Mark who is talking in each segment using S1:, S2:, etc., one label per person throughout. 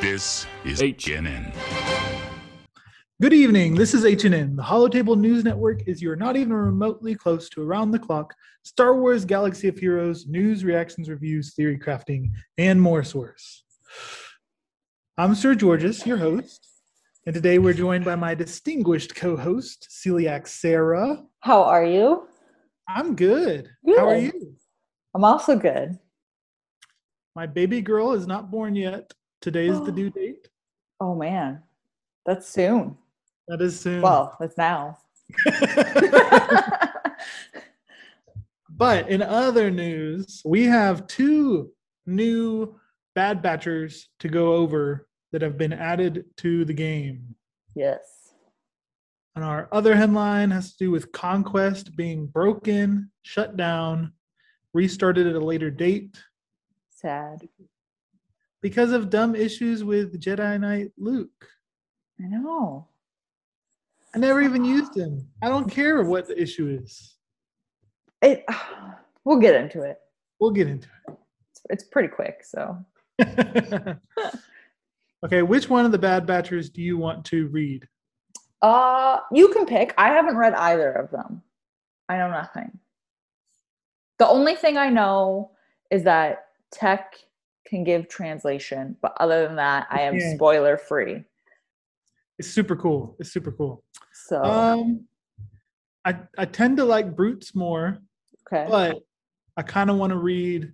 S1: This is
S2: H.
S1: Genin.
S3: Good evening. This is HNN. The Holotable News Network is your not even remotely close to around the clock Star Wars Galaxy of Heroes news, reactions, reviews, theory crafting, and more source. I'm Sir Georges, your host, and today we're joined by my distinguished co-host, Celiac Sarah.
S4: How are you?
S3: I'm good. How are
S4: Good.
S3: you?
S4: I'm also good.
S3: My baby girl is not born yet. Today is the due date.
S4: Oh man, that's soon.
S3: That is soon.
S4: Well, that's now.
S3: But in other news, we have two new Bad Batchers to go over that have been added to the game.
S4: yes.
S3: And our other headline has to do with Conquest being broken, shut down, restarted at a later date
S4: Sad.
S3: because of dumb issues with Jedi Knight Luke.
S4: I know.
S3: I never even used him. I don't care what the issue is.
S4: It we'll get into it.
S3: We'll get into
S4: It's, it's pretty quick, so
S3: it. okay, which one of the Bad Batchers do you want to read?
S4: uh you can pick. I haven't read either of them. I know nothing. The only thing I know is that tech can give translation, but other than that, I am
S3: Okay.
S4: spoiler free.
S3: It's super cool. It's super cool.
S4: So
S3: Um, I I tend to like brutes more,
S4: okay.
S3: but I kind of want to read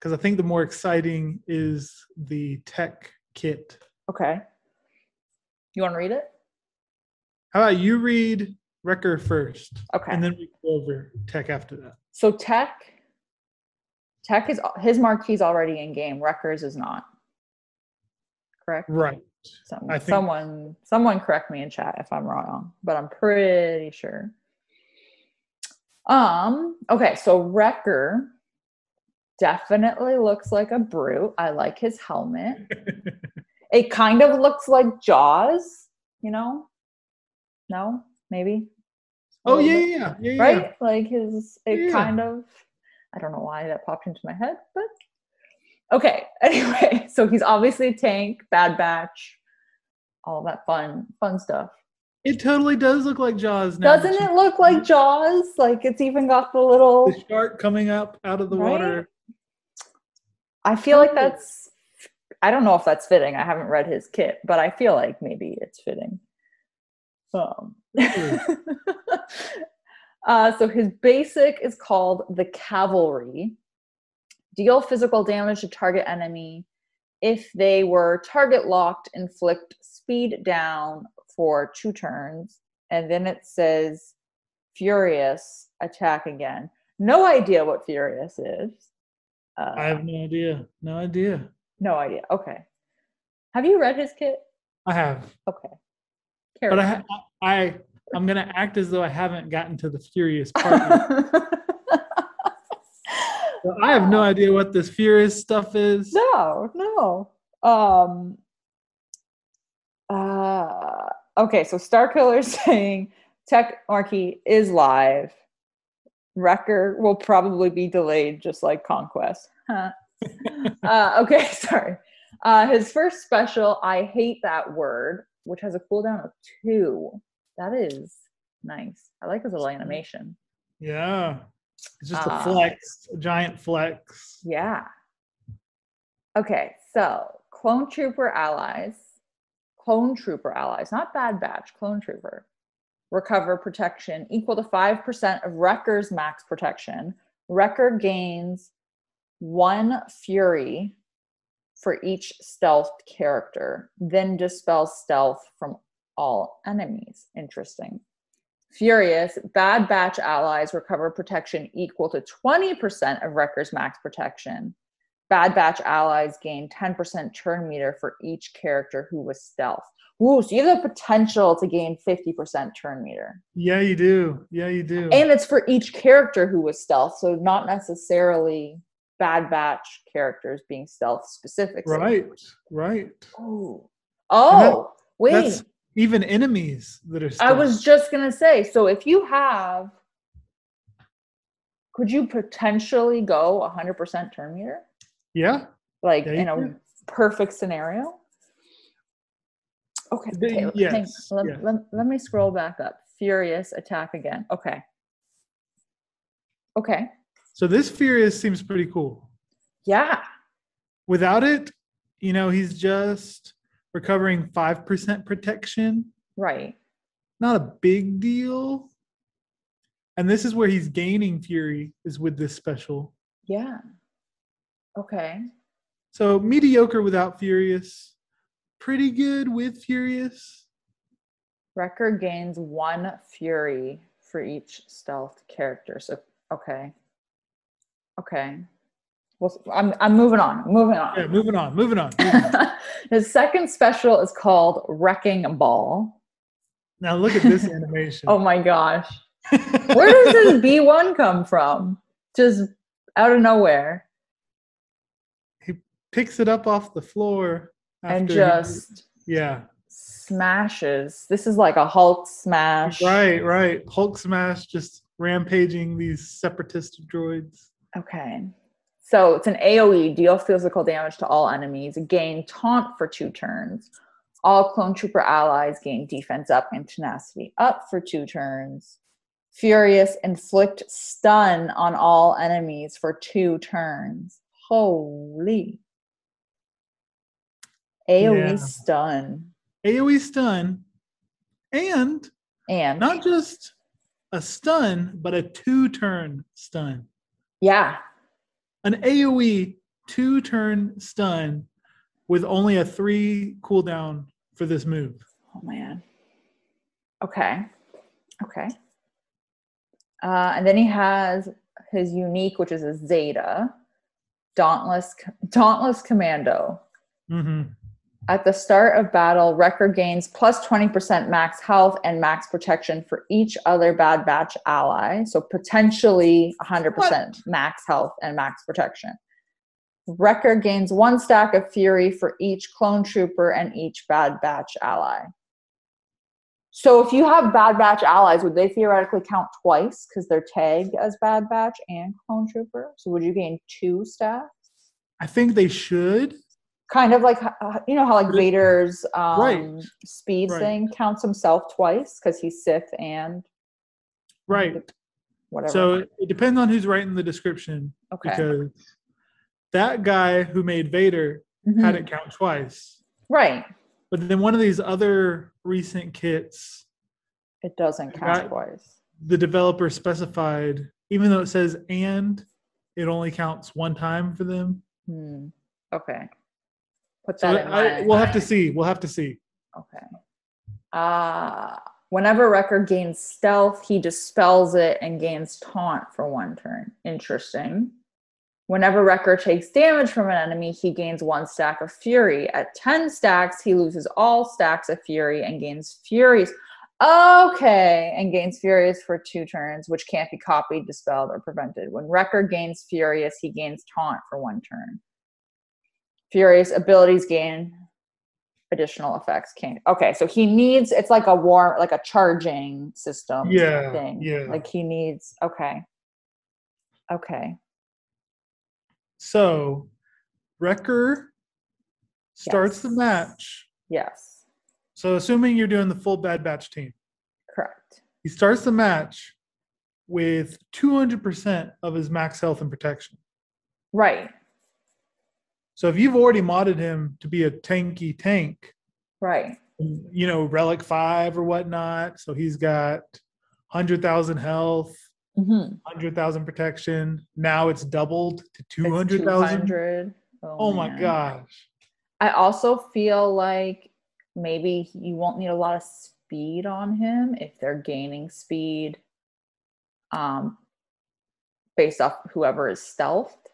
S3: because I think the more exciting is the tech kit.
S4: Okay. You want to read it?
S3: How about you read Wrecker first,
S4: Okay.
S3: and then we go over tech after that.
S4: so Tech, Tech is his marquee's already in game. Wreckers is not. Correct.
S3: Right.
S4: Some,
S3: I think-
S4: someone, someone, correct me in chat if I'm wrong, but I'm pretty sure. Um. Okay. So Wrecker definitely looks like a brute. I like his helmet. it kind of looks like Jaws. You know? No. Maybe. A
S3: Oh
S4: little
S3: yeah,
S4: bit.
S3: yeah, yeah, yeah.
S4: right? Like his, it
S3: Yeah.
S4: kind of, I don't know why that popped into my head, but okay. Anyway, so he's obviously a tank, Bad Batch, all that fun, fun stuff.
S3: It totally does look like Jaws now. that
S4: Doesn't
S3: you-
S4: it look like Jaws? Like it's even got the little,
S3: The shark coming up out of the
S4: Right?
S3: water.
S4: I feel like
S3: Oh.
S4: that's, I don't know if that's fitting. I haven't read his kit, but I feel like maybe it's fitting. Um, uh, so his basic is called the cavalry. Deal physical damage to target enemy. If they were target locked, inflict speed down for two turns. And then it says furious attack again. No idea what furious is. Uh,
S3: I have no idea. No idea.
S4: no idea. Okay. Have you read his kit?
S3: I have.
S4: Okay. Carry
S3: but I,
S4: on.
S3: ha- I I'm gonna act as though I haven't gotten to the furious part. yet. So I have no idea what this furious stuff is.
S4: no, no. Um uh, okay, so Star Killer's saying Tech Marquee is live. Wrecker will probably be delayed just like Conquest. Huh. uh, okay, sorry. Uh, his first special, I hate that word, which has a cooldown of two. That is nice. I like his little animation.
S3: Yeah. It's just
S4: Ah.
S3: a flex, a giant flex.
S4: Yeah. Okay, so clone trooper allies, clone trooper allies, not bad batch, clone trooper, recover protection equal to 5% of Wrecker's max protection. Wrecker gains one fury for each stealth character, then dispels stealth from all enemies. Interesting. Furious, Bad Batch allies recover protection equal to 20% of Wrecker's max protection. Bad Batch allies gain 10% turn meter for each character who was stealth. Woo, so you have the potential to gain 50% turn meter.
S3: Yeah, you do. Yeah, you do.
S4: And it's for each character who was stealth, so not necessarily Bad Batch characters being stealth specifically.
S3: right, right.
S4: Oh, oh
S3: that's
S4: wait.
S3: even enemies that are.
S4: I was just going to say so if you have, could you potentially go 100% turn meter?
S3: Yeah,
S4: Like
S3: Yeah, you
S4: in a
S3: could.
S4: perfect scenario? Okay.
S3: The-
S4: okay, let-
S3: yes,
S4: hang- let,
S3: yes.
S4: let, let me scroll back up. Furious attack again. Okay. Okay.
S3: So this Furious seems pretty cool.
S4: Yeah.
S3: Without it, you know, he's just recovering 5% protection.
S4: Right.
S3: Not a big deal. And this is where he's gaining Fury, is with this special.
S4: Yeah. Okay.
S3: So mediocre without Furious, pretty good with Furious.
S4: Wrecker gains one fury for each stealth character. So okay. Okay. Well, s- I'm I'm moving on. Moving on.
S3: Yeah, moving on, moving on.
S4: the second special is called Wrecking Ball.
S3: now look at this animation.
S4: Oh my gosh. Where does this B1 come from? Just out of nowhere.
S3: Picks it up off the floor
S4: and
S3: after he-
S4: just
S3: yeah,
S4: smashes. This is like a Hulk smash.
S3: right, right. Hulk smash just rampaging these separatist droids.
S4: Okay. So it's an AoE, deal physical damage to all enemies, gain taunt for two turns. All clone trooper allies gain defense up and tenacity up for two turns. Furious, inflict stun on all enemies for two turns. Holy. AoE
S3: Yeah.
S4: stun.
S3: AoE stun, and
S4: And
S3: not just a stun, but a two-turn stun.
S4: yeah,
S3: An AoE two-turn stun with only a three cooldown for this move.
S4: Oh man. Okay. Okay. Uh, and then he has his unique, which is a Zeta, Dauntless, Dauntless Commando.
S3: hmm
S4: At the start of battle, Wrecker gains plus 20% max health and max protection for each other Bad Batch ally. So potentially 100% max health and max protection. Wrecker gains one stack of Fury for each clone trooper and each Bad Batch ally. So if you have Bad Batch allies, would they theoretically count twice because they're tagged as Bad Batch and clone trooper? So would you gain two stacks?
S3: I think they should.
S4: kind of like uh, you know how like
S3: But it-
S4: Vader's um,
S3: Right.
S4: speed
S3: Right.
S4: thing counts himself twice because he's Sith and
S3: Right.
S4: whatever.
S3: So it it depends on who's writing the description
S4: okay,
S3: because that guy who made Vader
S4: Mhm.
S3: had it count twice.
S4: right,
S3: But then one of these other recent kits,
S4: it doesn't count
S3: Right.
S4: twice.
S3: the developer specified, even though it says and, it only counts one time for them.
S4: Hmm. Okay, put
S3: So
S4: that in mind.
S3: I, we'll have to see. We'll have to see.
S4: Okay. Uh, whenever Wrecker gains stealth, he dispels it and gains taunt for one turn. Interesting. Whenever Wrecker takes damage from an enemy, he gains one stack of fury. At 10 stacks, he loses all stacks of fury and gains furies. Okay, and gains furious for two turns, which can't be copied, dispelled, or prevented. When Wrecker gains furious, he gains taunt for one turn. Furious abilities gain additional effects can okay so he needs it's like a warm like a charging system type
S3: Yeah,
S4: thing
S3: yeah.
S4: like he needs okay okay
S3: So Wrecker starts the
S4: Yes.
S3: match.
S4: yes
S3: So assuming you're doing the full Bad Batch team,
S4: correct
S3: he starts the match with 200% of his max health and protection.
S4: right
S3: So if you've already modded him to be a tanky tank,
S4: right
S3: you know, Relic 5 or whatnot, so he's got 100,000 health,
S4: mm-hmm.
S3: 100,000 protection. Now it's doubled to 200,000.
S4: oh,
S3: Oh my
S4: man.
S3: gosh.
S4: i also feel like maybe you won't need a lot of speed on him if they're gaining speed um based off whoever is stealthed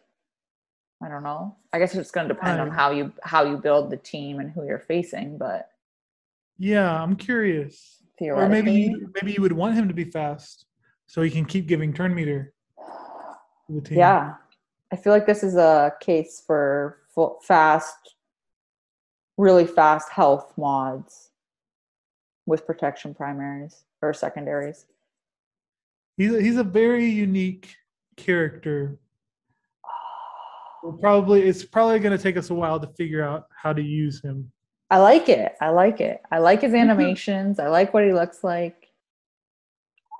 S4: i don't know i guess it's going to depend on
S3: Right.
S4: how you how you build the team and who you're facing but
S3: Yeah, I'm curious. Or
S4: theoretically
S3: maybe you, maybe you would want him to be fast so he can keep giving turn meter to the team.
S4: Yeah. I feel like this is a case for full, fast, really fast health mods with protection primaries or secondaries.
S3: He's a, he's a very unique character. We're probably it's probably going to take us a while to figure out how to use him.
S4: I like it. I like it. I like
S3: Mm-hmm.
S4: his animations. I like what he looks like.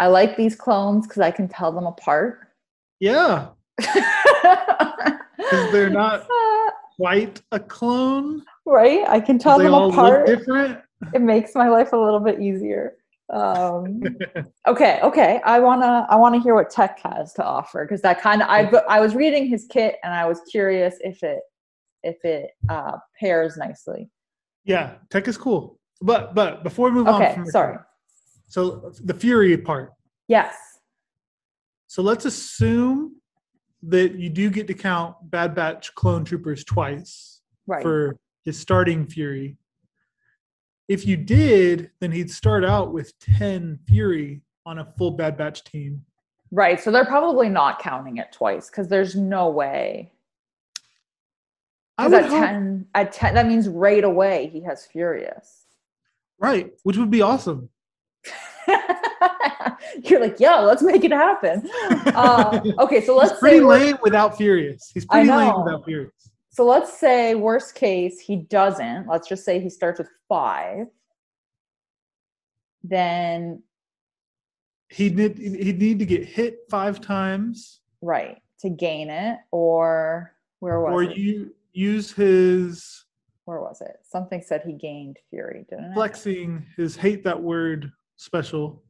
S4: I like these clones because I can tell them apart.
S3: Yeah,
S4: Because
S3: they're not- quite a clone.
S4: Uh, right? I can tell
S3: they
S4: them
S3: all
S4: apart.
S3: look different.
S4: It makes my life a little bit easier. Um, okay, okay. I wanna I wanna hear what Tech has to offer because that kind of I I was reading his kit and I was curious if it if it uh, pairs nicely.
S3: Yeah, tech is cool. But but before we move on,
S4: Okay,
S3: from the-
S4: sorry.
S3: So the fury part.
S4: Yes.
S3: So let's assume that you do get to count Bad Batch clone troopers twice
S4: Right.
S3: for his starting fury. If you did, then he'd start out with 10 fury on a full Bad Batch team.
S4: Right. So they're probably not counting it twice because there's no way.
S3: I
S4: 'Cause
S3: would
S4: at
S3: hope-
S4: ten, at ten, that means right away he has Furious.
S3: right, which would be awesome.
S4: You're like, yeah, let's make it happen. Uh, okay, so let's
S3: He's pretty
S4: say wor-
S3: lame without Furious. He's
S4: I
S3: pretty lame
S4: know.
S3: without Furious.
S4: so let's say worst case he doesn't. Let's just say he starts with five. Then
S3: He'd need, he'd need to get hit five times,
S4: right to gain it, or where was
S3: or
S4: it?
S3: you use his
S4: where was it? Something said he gained fury, didn't it?
S3: flexing his hate that word special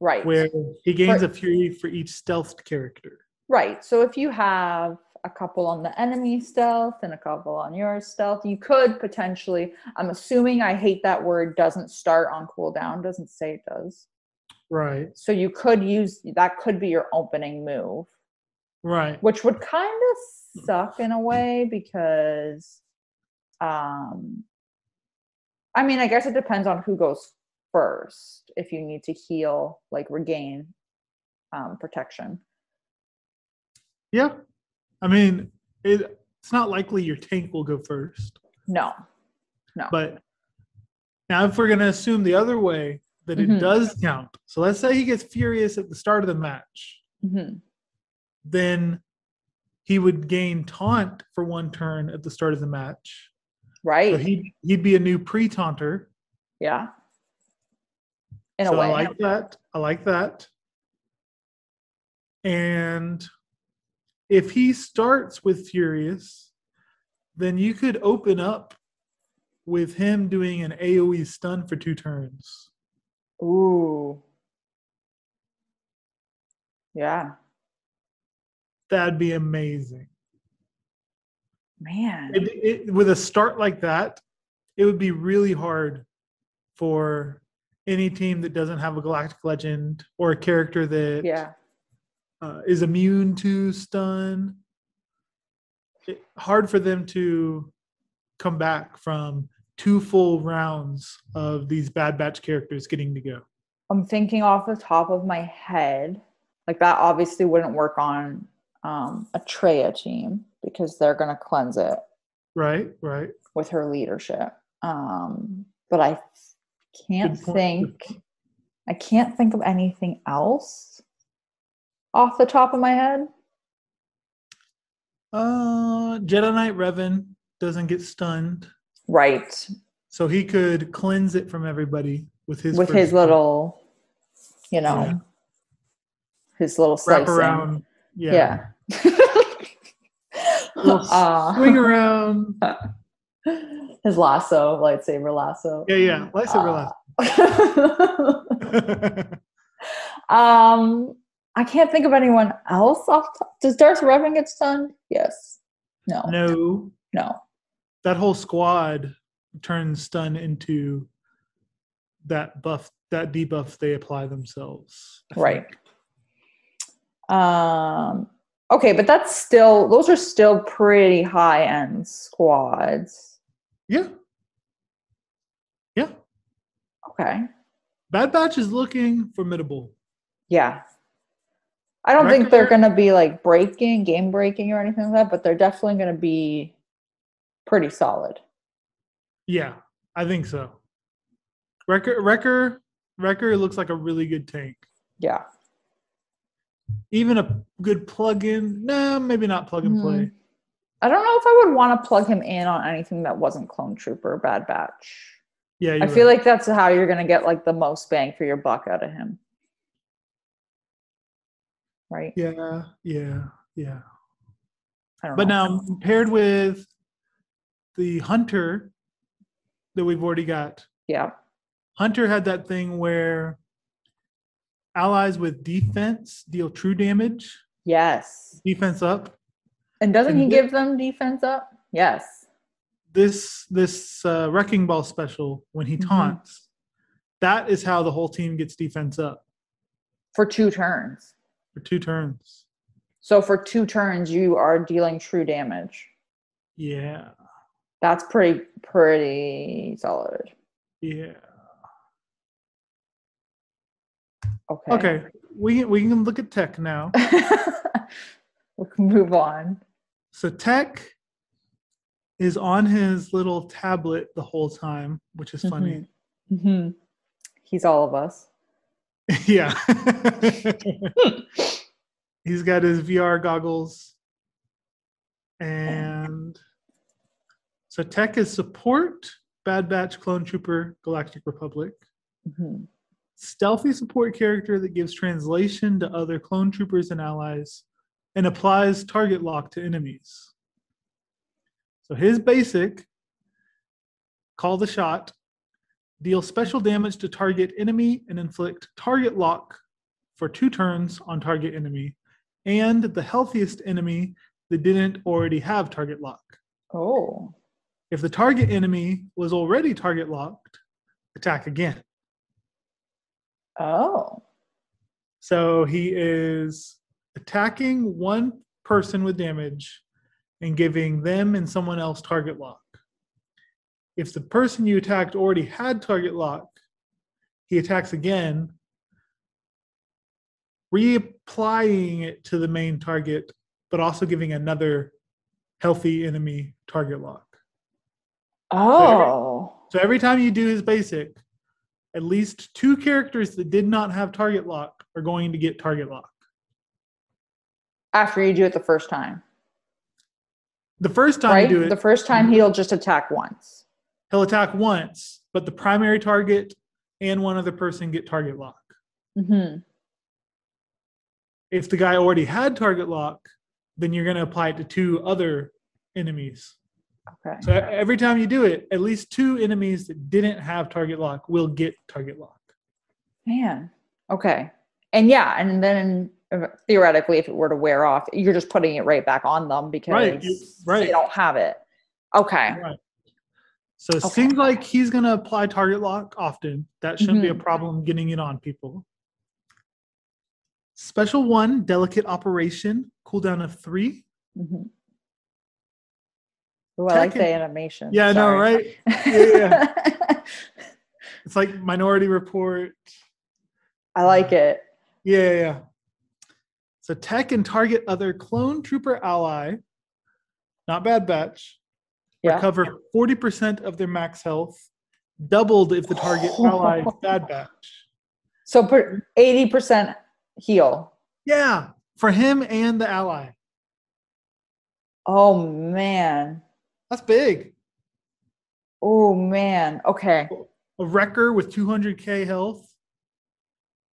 S4: Right.
S3: where he gains
S4: For-
S3: a fury for each stealthed character.
S4: Right. So if you have a couple on the enemy stealth and a couple on your stealth, you could potentially. I'm assuming I hate that word doesn't start on cooldown, doesn't say it does.
S3: Right.
S4: So you could use that could be your opening move,
S3: Right.
S4: which would kind
S3: Hmm.
S4: of suck in a way because um I mean, I guess it depends on who goes first if you need to heal like regain um protection.
S3: Yeah. I mean, it, it's not likely your tank will go first,
S4: No.
S3: but now if we're going to assume the other way that it
S4: Mhm.
S3: does count. So let's say he gets furious at the start of the match,
S4: Mhm.
S3: then he would gain taunt for one turn at the start of the match.
S4: Right.
S3: So he'd, he'd be a new pre taunter.
S4: Yeah. In
S3: so
S4: a way.
S3: I like that. I like that. And if he starts with Furious, then you could open up with him doing an AoE stun for two turns.
S4: Ooh. Yeah.
S3: That'd be amazing.
S4: Man.
S3: It, it, with a start like that, it would be really hard for any team that doesn't have a Galactic Legend or a character that
S4: yeah.
S3: uh, is immune to stun. It, hard for them to come back from two full rounds of these Bad Batch characters getting to go.
S4: I'm thinking off the top of my head. Like that obviously wouldn't work on um Atreya team because they're gonna cleanse it
S3: Right, right.
S4: with her leadership. Um, but I can't
S3: Good point, good
S4: think I can't think of anything else off the top of my head.
S3: Uh, Jedi Knight Revan doesn't get stunned,
S4: Right.
S3: so he could cleanse it from everybody with his
S4: with
S3: first
S4: his little, you know,
S3: Yeah.
S4: his little
S3: wrap
S4: slicing.
S3: around. Yeah,
S4: Yeah.
S3: Little swing around.
S4: Uh, his lasso, lightsaber lasso.
S3: Yeah, yeah. Let's
S4: Uh,
S3: realize.
S4: Ah. um, I can't think of anyone else. Off t- Does Darth Revan get stunned? Yes. No. No.
S3: no, that whole squad turns stun into that buff that debuff they apply themselves I
S4: Right.
S3: think.
S4: Um, okay, but that's still those are still pretty high end squads.
S3: yeah yeah
S4: Okay.
S3: bad batch is looking formidable
S4: Yeah. I don't think they're
S3: Regular-
S4: going to be like breaking, game breaking or anything like that, but they're definitely going to be pretty solid.
S3: yeah i think so wrecker wrecker wrecker looks like a really good tank
S4: Yeah. Mm-hmm.
S3: even a good plug-in nah maybe not plug and play
S4: I don't know if I would want to plug him in on anything that wasn't Clone Trooper Bad Batch.
S3: Yeah,
S4: I feel like that's how you're going to get like the most bang for your buck out of him. Right?
S3: Yeah, yeah, yeah.
S4: I don't
S3: But
S4: know.
S3: now paired with the hunter that we've already got,
S4: Yeah.
S3: Hunter had that thing where allies with defense deal true damage,
S4: Yes.
S3: defense up.
S4: And doesn't
S3: And
S4: he
S3: thi-
S4: give them defense up? Yes.
S3: This this uh, wrecking ball special when he
S4: Mhm.
S3: taunts, that is how the whole team gets defense up
S4: For two turns.
S3: for two turns.
S4: So for two turns, you are dealing true damage.
S3: Yeah,
S4: That's pretty, pretty solid.
S3: yeah.
S4: Okay.
S3: Okay, we we can look at tech now.
S4: we can move on.
S3: So Tech is on his little tablet the whole time, which is funny.
S4: hmm He's all of us.
S3: yeah. He's got his VR goggles. And so Tech is support, Bad Batch, Clone Trooper, Galactic Republic.
S4: Mhm.
S3: Stealthy support character that gives translation to other clone troopers and allies and applies target lock to enemies. So his basic call the shot, deal special damage to target enemy and inflict target lock for two turns on target enemy and the healthiest enemy that didn't already have target lock.
S4: Oh,
S3: If the target enemy was already target locked, attack again.
S4: oh,
S3: So he is attacking one person with damage and giving them and someone else target lock. If the person you attacked already had target lock, he attacks again, reapplying it to the main target, but also giving another healthy enemy target lock.
S4: oh,
S3: So every time you do his basic, at least two characters that did not have target lock are going to get target lock.
S4: after you do it the first time,
S3: The first time
S4: right?
S3: you do it, Mm-hmm.
S4: The first time he'll just attack once.
S3: he'll attack once, but the primary target and one other person get target lock. Mm-hmm.
S4: hmm
S3: If the guy already had target lock, then you're going to apply it to two other enemies.
S4: Okay.
S3: So e- every time you do it, at least two enemies that didn't have target lock will get target lock.
S4: Man. Okay. And yeah, and then uh, theoretically, if it were to wear off, you're just putting it right back on them because
S3: Right, you- right.
S4: they don't have it. Okay.
S3: Right. So it
S4: Okay.
S3: seems like he's going to apply target lock often. That shouldn't
S4: Mm-hmm.
S3: be a problem getting it on people. Special one, delicate operation, cooldown of three. Mm-hmm.
S4: Mhm. Ooh, I like the
S3: Tekken-
S4: animation.
S3: Yeah, I know,
S4: Sorry.
S3: right? Yeah, It's like Minority Report.
S4: I like it.
S3: Yeah, yeah, yeah. So tech and target other clone trooper ally, not Bad Batch,
S4: Yeah.
S3: recover 40% of their max health, doubled if the target ally is Bad Batch.
S4: So per- 80% heal.
S3: Yeah, for him and the ally.
S4: Oh man.
S3: That's big.
S4: Oh man. Okay.
S3: A wrecker with 200K health.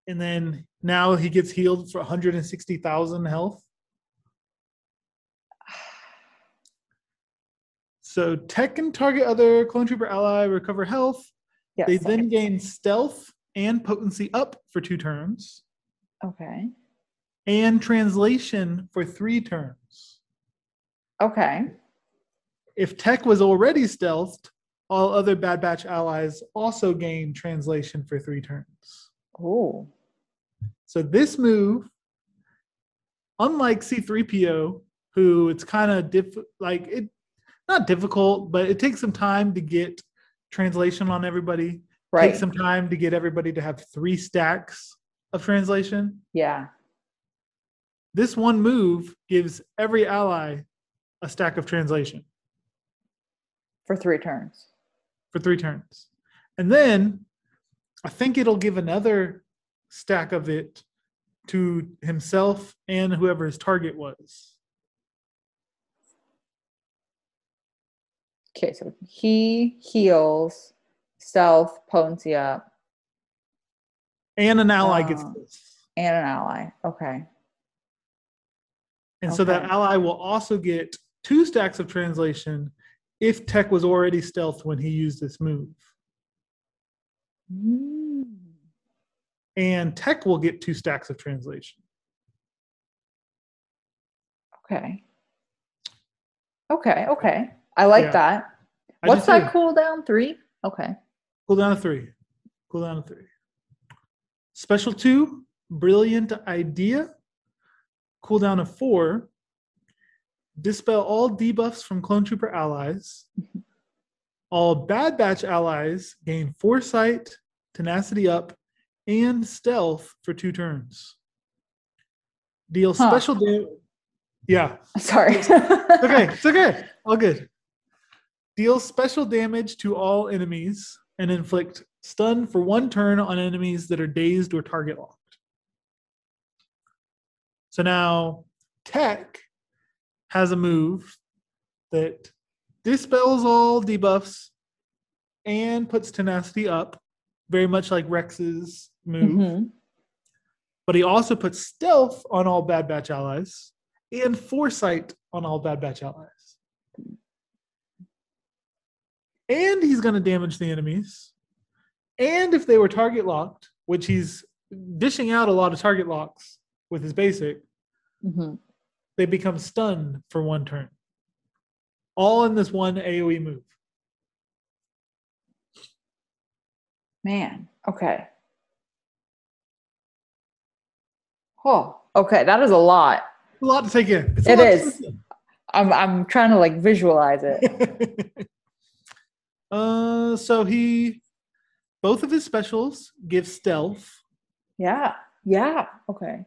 S3: And then now he gets healed for 160,000 health. So tech can target other clone trooper ally, recover health.
S4: Yes.
S3: They then gain stealth and potency up for two turns,
S4: okay.
S3: and translation for three turns.
S4: Okay.
S3: If tech was already stealthed, all other Bad Batch allies also gain translation for three turns.
S4: Oh.
S3: So this move, unlike C3PO, who it's kind of diff like it not difficult, but it takes some time to get translation on everybody.
S4: Right.
S3: Takes some time to get everybody to have three stacks of translation.
S4: yeah.
S3: This one move gives every ally a stack of translation
S4: For three turns.
S3: for three turns. And then I think it'll give another stack of it to himself and whoever his target was.
S4: Okay, so he heals, stealth, potency up,
S3: And an ally gets
S4: Uh,
S3: this.
S4: and an ally. Okay.
S3: And so that
S4: okay.
S3: ally will also get two stacks of translation if Tech was already stealth when he used this move.
S4: Mm.
S3: And Tech will get two stacks of translation.
S4: Okay. Okay. Okay. I like
S3: Yeah.
S4: that.
S3: I
S4: What's
S3: do too.
S4: that cooldown? Three? Okay.
S3: Cool down to three. Cool down to three. Special two, brilliant idea. Cool down to four. Dispel all debuffs from clone trooper allies. All bad batch allies gain foresight, tenacity up, and stealth for two turns. Deal
S4: Huh.
S3: special damage. Yeah,
S4: Sorry.
S3: it's okay. It's okay. All good. Deal special damage to all enemies and inflict stun for one turn on enemies that are dazed or target locked. So now Tech has a move that dispels all debuffs and puts tenacity up, very much like Rex's move
S4: Mhm.
S3: but he also puts stealth on all Bad Batch allies and foresight on all Bad Batch allies. And he's going to damage the enemies. And if they were target locked, which he's dishing out a lot of target locks with his basic,
S4: Mhm.
S3: they become stunned for one turn. All in this one AoE move.
S4: Man. Okay. Oh, okay. That is a lot.
S3: A lot to take in. It's
S4: It
S3: a lot to
S4: is.
S3: take in.
S4: I'm I'm trying to like visualize it.
S3: uh, so he, both of his specials give stealth.
S4: Yeah. Yeah. Okay.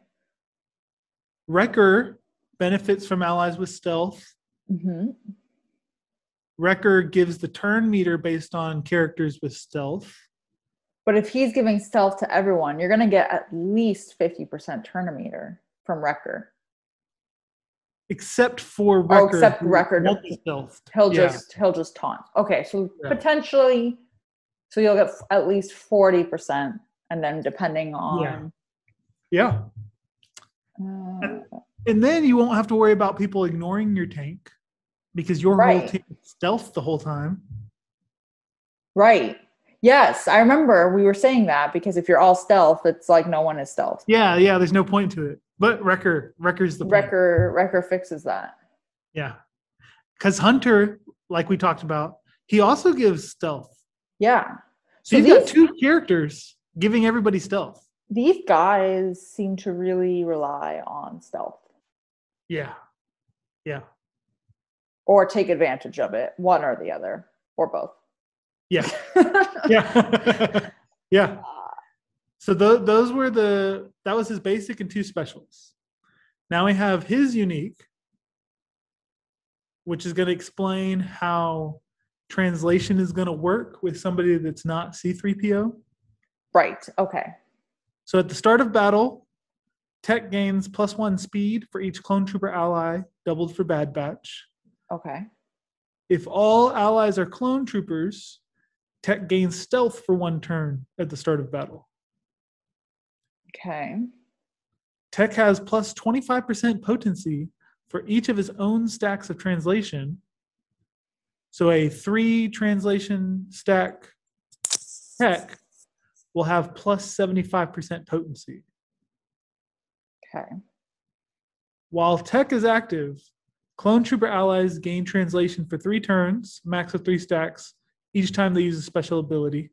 S3: Wrecker benefits from allies with stealth.
S4: hmm
S3: Wrecker gives the turn meter based on characters with stealth.
S4: But if he's giving stealth to everyone, you're gonna get at least fifty percent turnometer from Wrecker.
S3: Except for Wrecker.
S4: Oh, except
S3: who
S4: Wrecker.
S3: won't be stealthed.
S4: He'll
S3: Yeah.
S4: just he'll just taunt. Okay, so
S3: Yeah.
S4: potentially, so you'll get f- at least forty percent, and then depending on.
S3: yeah.
S4: uh,
S3: And then you won't have to worry about people ignoring your tank because your whole
S4: Right.
S3: team is stealth the whole time.
S4: right. Yes, I remember we were saying that because if you're all stealth, it's like no one is stealth.
S3: Yeah, yeah, there's no point to it. But Wrecker, Wrecker's the point.
S4: Wrecker Wrecker fixes that.
S3: Yeah. Because Hunter, like we talked about, he also gives stealth.
S4: Yeah.
S3: So,
S4: So
S3: you've got
S4: these-
S3: two characters giving everybody stealth.
S4: These guys seem to really rely on stealth
S3: Yeah. Yeah.
S4: or take advantage of it, one or the other, or both.
S3: Yeah. yeah yeah so tho- those were the that was his basic and two specials now we have his unique which is going to explain how translation is going to work with somebody that's not c3po
S4: right. Okay.
S3: so at the start of battle tech gains plus one speed for each clone trooper ally doubled for bad batch
S4: Okay.
S3: if all allies are clone troopers tech gains stealth for one turn at the start of battle
S4: Okay.
S3: Tech has plus 25% potency for each of his own stacks of translation. So a three translation stack tech will have plus 75% potency.
S4: Okay.
S3: While tech is active, clone trooper allies gain translation for three turns, max of three stacks, each time they use a special ability.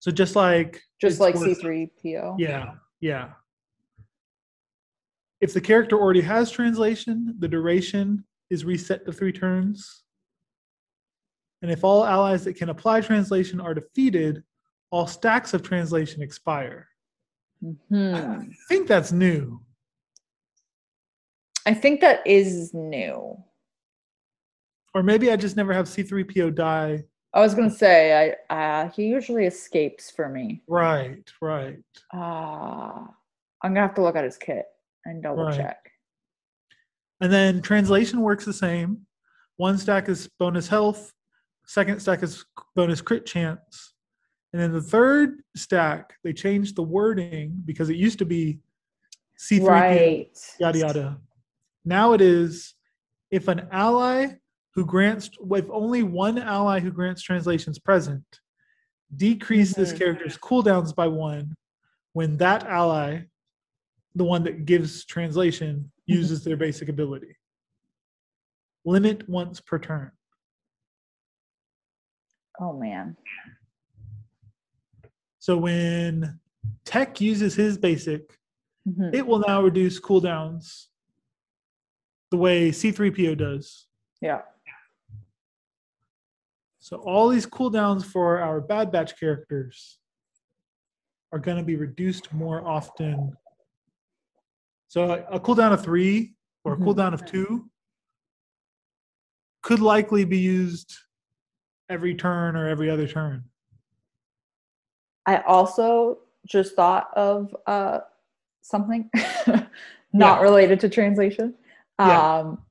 S3: So just like
S4: Just
S3: It's
S4: like
S3: worth-
S4: C3PO.
S3: Yeah, yeah. If the character already has translation, the duration is reset to three turns. And if all allies that can apply translation are defeated, all stacks of translation expire.
S4: Hmm.
S3: I think that's new.
S4: I think that is new.
S3: Or maybe I just never have C3PO die.
S4: I was gonna say I uh, he usually escapes for me.
S3: Right, right.
S4: Uh, I'm gonna have to look at his kit and double
S3: Right.
S4: check.
S3: And then translation works the same. One stack is bonus health. Second stack is bonus crit chance. And then the third stack, they changed the wording because it used to be C3PO,
S4: right.
S3: yada, yada. Now it is if an ally who grants, if only one ally who grants translations present, decrease this
S4: Mhm.
S3: character's cooldowns by one when that ally, the one that gives translation, uses their basic ability. Limit once per turn.
S4: Oh man.
S3: So when Tech uses his basic,
S4: Mhm.
S3: it will now reduce cooldowns the way C3PO does.
S4: Yeah.
S3: So all these cooldowns for our Bad Batch characters are going to be reduced more often. So a, a cooldown of three or a
S4: Mhm.
S3: cooldown of two could likely be used every turn or every other turn.
S4: I also just thought of uh, something not
S3: Yeah.
S4: related to translation.
S3: Yeah.
S4: Um,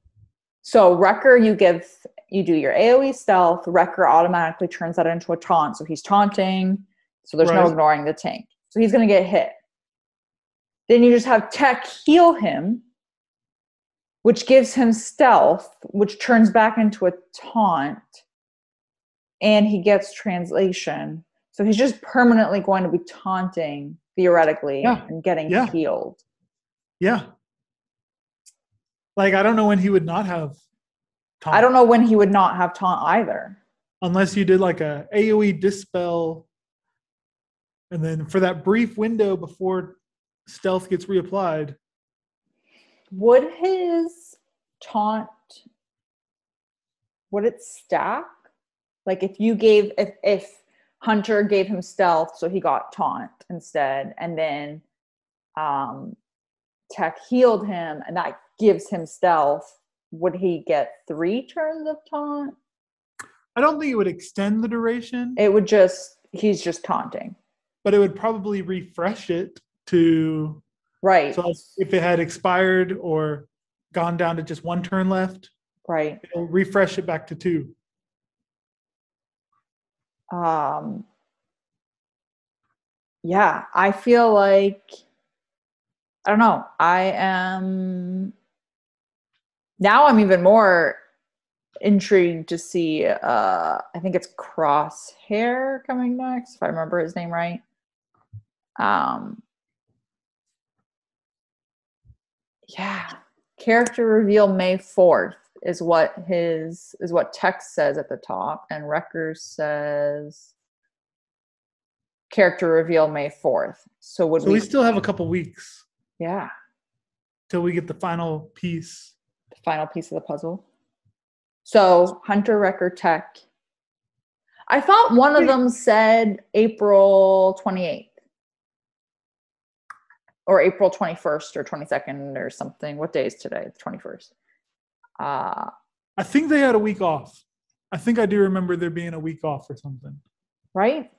S4: so Wrecker, you give you do your AOE stealth. Wrecker automatically turns that into a taunt, so he's taunting. So there's no
S3: Right.
S4: ignoring the tank. So he's going to get hit. Then you just have Tech heal him, which gives him stealth, which turns back into a taunt, and he gets translation. So he's just permanently going to be taunting theoretically
S3: Yeah.
S4: and getting
S3: Yeah.
S4: healed.
S3: Yeah. Like I don't know when he would not have.
S4: I don't know when he would not have taunt either.
S3: unless you did like a AOE dispel, and then for that brief window before stealth gets reapplied,
S4: Would his taunt would it stack? Like if you gave if if Hunter gave him stealth, so he got taunt instead, and then um Tech healed him and that gives him stealth. Would he get three turns of taunt?
S3: I don't think it would extend the duration,
S4: It would just he's just taunting.
S3: but it would probably refresh it to
S4: Right.
S3: so if it had expired or gone down to just one turn left,
S4: Right.
S3: it'll refresh it back to two.
S4: Um, yeah, I feel like I don't know. I am now. I'm even more intrigued to see. Uh, I think it's Crosshair coming next, if I remember his name right. Um, yeah, character reveal May fourth is what his is what text says at the top, and Wrecker says character reveal May fourth. So would
S3: So
S4: we?
S3: we still have a couple weeks
S4: yeah,
S3: till we get the final piece.
S4: the final piece of the puzzle. So Hunter Wrecker Tech. I thought one of them said April twenty eighth. Or April 21st or 22nd or something. What day is today? The 21st. Uh,
S3: I think they had a week off. I think I do remember there being a week off or something.
S4: right?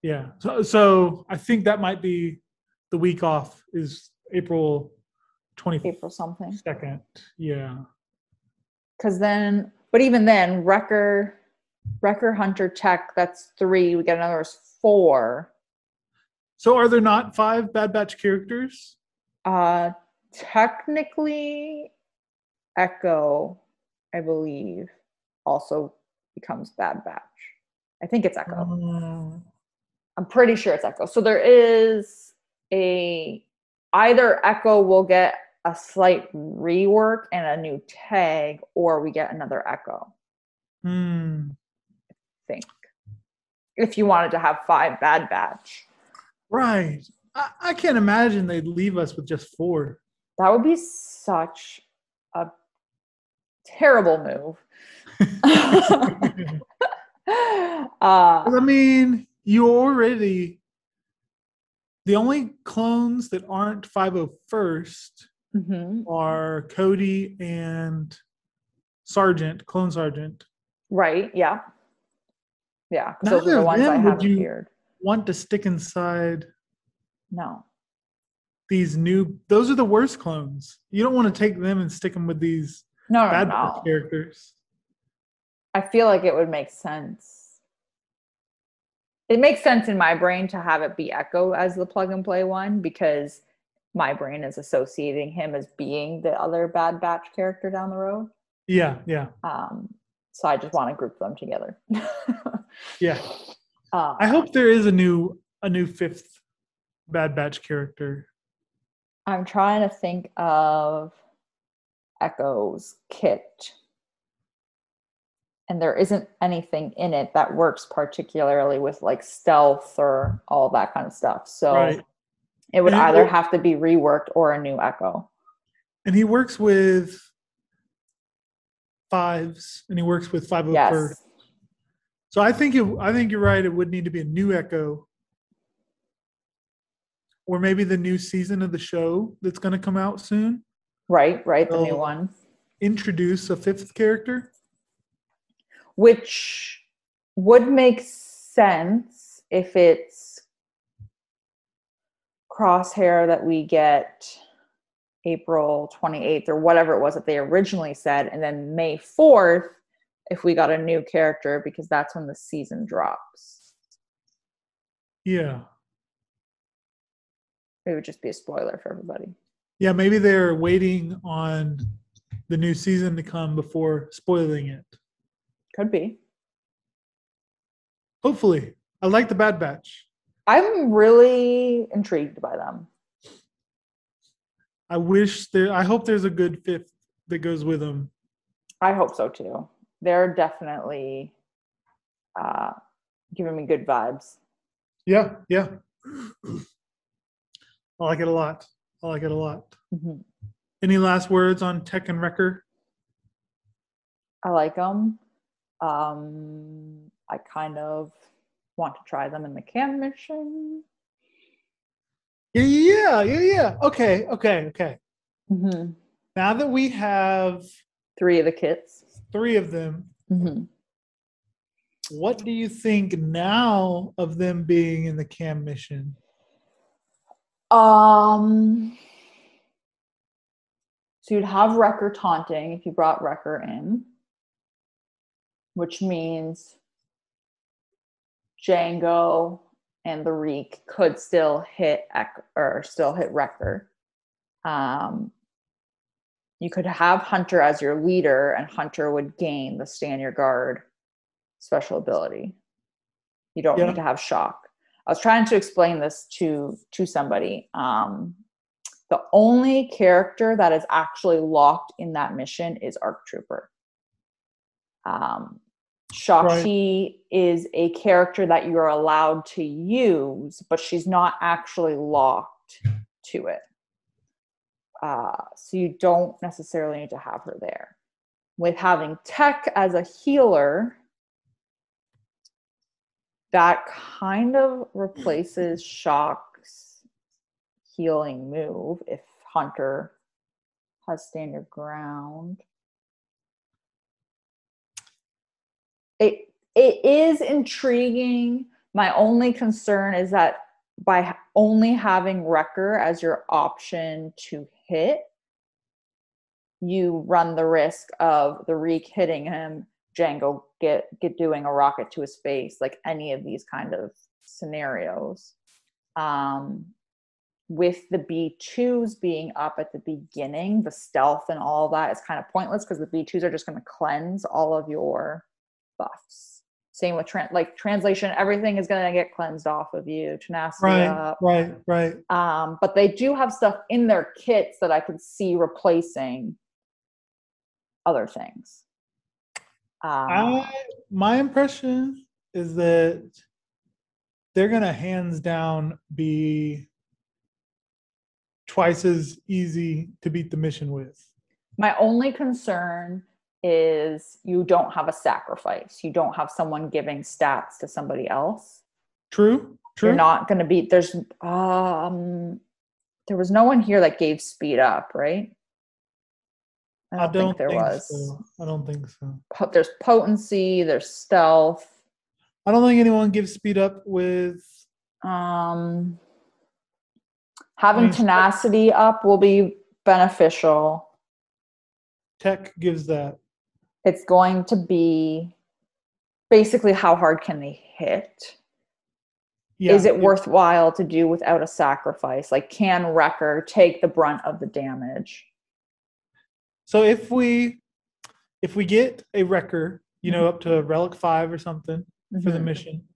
S3: Yeah. So, so I think that might be the week off is April 22nd.
S4: April something.
S3: Yeah.
S4: Because then, but even then, Wrecker, Wrecker Hunter Tech, that's three. We get another is four.
S3: So are there not five Bad Batch characters?
S4: Uh, technically, Echo, I believe, also becomes Bad Batch. I think it's Echo.
S3: Um,
S4: I'm pretty sure it's Echo. So there is a either Echo will get a slight rework and a new tag, or we get another Echo.
S3: hmm.
S4: think if you wanted to have five bad batch
S3: Right. I, I can't imagine they'd leave us with just four.
S4: that would be such a terrible move
S3: 'Cause,
S4: uh,
S3: I mean, you already, the only clones that aren't 501st
S4: mhm,
S3: are Cody and Sergeant, Clone Sergeant.
S4: right yeah yeah 'cause those
S3: Neither
S4: are the
S3: of
S4: ones i
S3: them would
S4: haven't
S3: you-
S4: feared
S3: want to stick inside
S4: no
S3: these new those are the worst clones you don't want to take them and stick them with these
S4: no no
S3: bad
S4: no
S3: characters
S4: I feel like it would make sense. It makes sense in my brain to have it be Echo as the plug and play one because my brain is associating him as being the other Bad Batch character down the road.
S3: Yeah, yeah,
S4: Um, so I just want to group them together.
S3: yeah.
S4: uh,
S3: I hope there is a new a new fifth Bad Batch character.
S4: I'm trying to think of Echo's kit. And there isn't anything in it that works particularly with like stealth or all that kind of stuff. So
S3: Right.
S4: it would
S3: And it
S4: either
S3: wo-
S4: have to be reworked or a new Echo.
S3: And he works with fives and he works with five oh
S4: Yes.
S3: first. So I think it, I think you're right. It would need to be a new Echo, or maybe the new season of the show that's going to come out soon
S4: Right, right. The new
S3: So-
S4: one.
S3: introduce a fifth character.
S4: Which would make sense if it's crosshair that we get April 28th or whatever it was that they originally said, and then May 4th if we got a new character because that's when the season drops.
S3: Yeah,
S4: It would just be a spoiler for everybody.
S3: yeah. Maybe they're waiting on the new season to come before spoiling it.
S4: Could be.
S3: Hopefully, I like the Bad Batch.
S4: I'm really intrigued by them.
S3: I wish there. I hope there's a good fifth that goes with them.
S4: I hope so too. They're definitely uh, giving me good vibes.
S3: Yeah, yeah. I like it a lot. I like it a lot.
S4: Mhm.
S3: Any last words on Tech and Wrecker?
S4: I like them. Um, I kind of want to try them in the cam mission.
S3: Yeah, yeah, yeah, yeah. Okay, okay, okay.
S4: Mhm.
S3: Now that we have
S4: Three of the kits.
S3: three of them,
S4: Mhm.
S3: what do you think now of them being in the cam mission?
S4: Um, so you'd have Wrecker taunting if you brought Wrecker in, which means Django and the Reek could still hit Ek- or still hit Wrecker. Um, you could have Hunter as your leader, and Hunter would gain the stand your guard special ability. You don't
S3: Yeah.
S4: need to have shock. I was trying to explain this to to somebody. Um, the only character that is actually locked in that mission is Arc Trooper. Um, Shakti is a character that you are allowed to use, but she's not actually locked to it. Uh, so you don't necessarily need to have her there. With having Tech as a healer, that kind of replaces Shock's healing move if Hunter has stand your ground. It it is intriguing. My only concern is that by ha- only having Wrecker as your option to hit, you run the risk of the Reek hitting him, Django get get doing a rocket to his face, like any of these kind of scenarios. Um, with the B2s being up at the beginning, the stealth and all that is kind of pointless because the B2s are just going to cleanse all of your buffs. Same with tran like translation, everything is going to get cleansed off of you. Tenacity
S3: Right,
S4: up,
S3: right, right.
S4: um, but they do have stuff in their kits that I could see replacing other things. Um,
S3: I my impression is that they're gonna hands down be twice as easy to beat the mission with.
S4: my only concern is you don't have a sacrifice. You don't have someone giving stats to somebody else.
S3: True, true.
S4: You're not going to be there's um there was no one here that gave speed up, right? I don't, think there was.
S3: So. I don't think so.
S4: Po- there's potency, there's stealth.
S3: I don't think anyone gives speed up with.
S4: um having
S3: mean, so-
S4: tenacity up will be beneficial
S3: Tech gives that.
S4: it's going to be basically how hard can they hit? Is it worthwhile to do without a sacrifice? Like, can Wrecker take the brunt of the damage?
S3: So if we if we get a wrecker, you
S4: Mm-hmm.
S3: know, up to relic five or something for the
S4: Mhm.
S3: mission,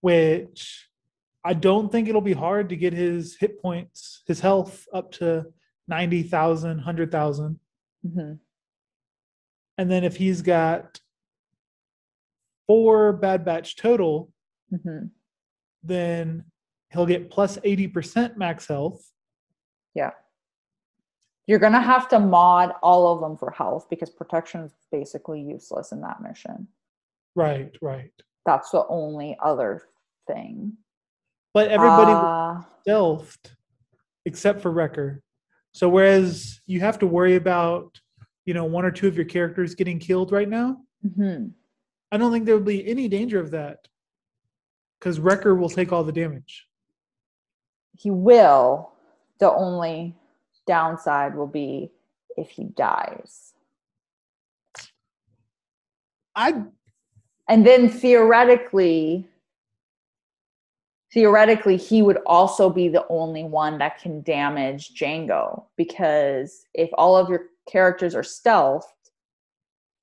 S3: which I don't think it'll be hard to get his hit points, his health up to 90,000, 100,000.
S4: Mhm.
S3: And then if he's got four Bad Batch total,
S4: Mhm.
S3: then he'll get plus 80% max health.
S4: You're going to have to mod all of them for health because protection is basically useless in that mission.
S3: Right, right.
S4: That's the only other thing.
S3: But everybody will
S4: Ah,
S3: stealthed except for Wrecker. So whereas you have to worry about, you know, one or two of your characters getting killed right now,
S4: mhm.
S3: I don't think there would be any danger of that. Because Wrecker will take all the damage.
S4: He will. The only downside will be if he dies.
S3: I
S4: And then theoretically, theoretically, he would also be the only one that can damage Django because if all of your characters are stealthed,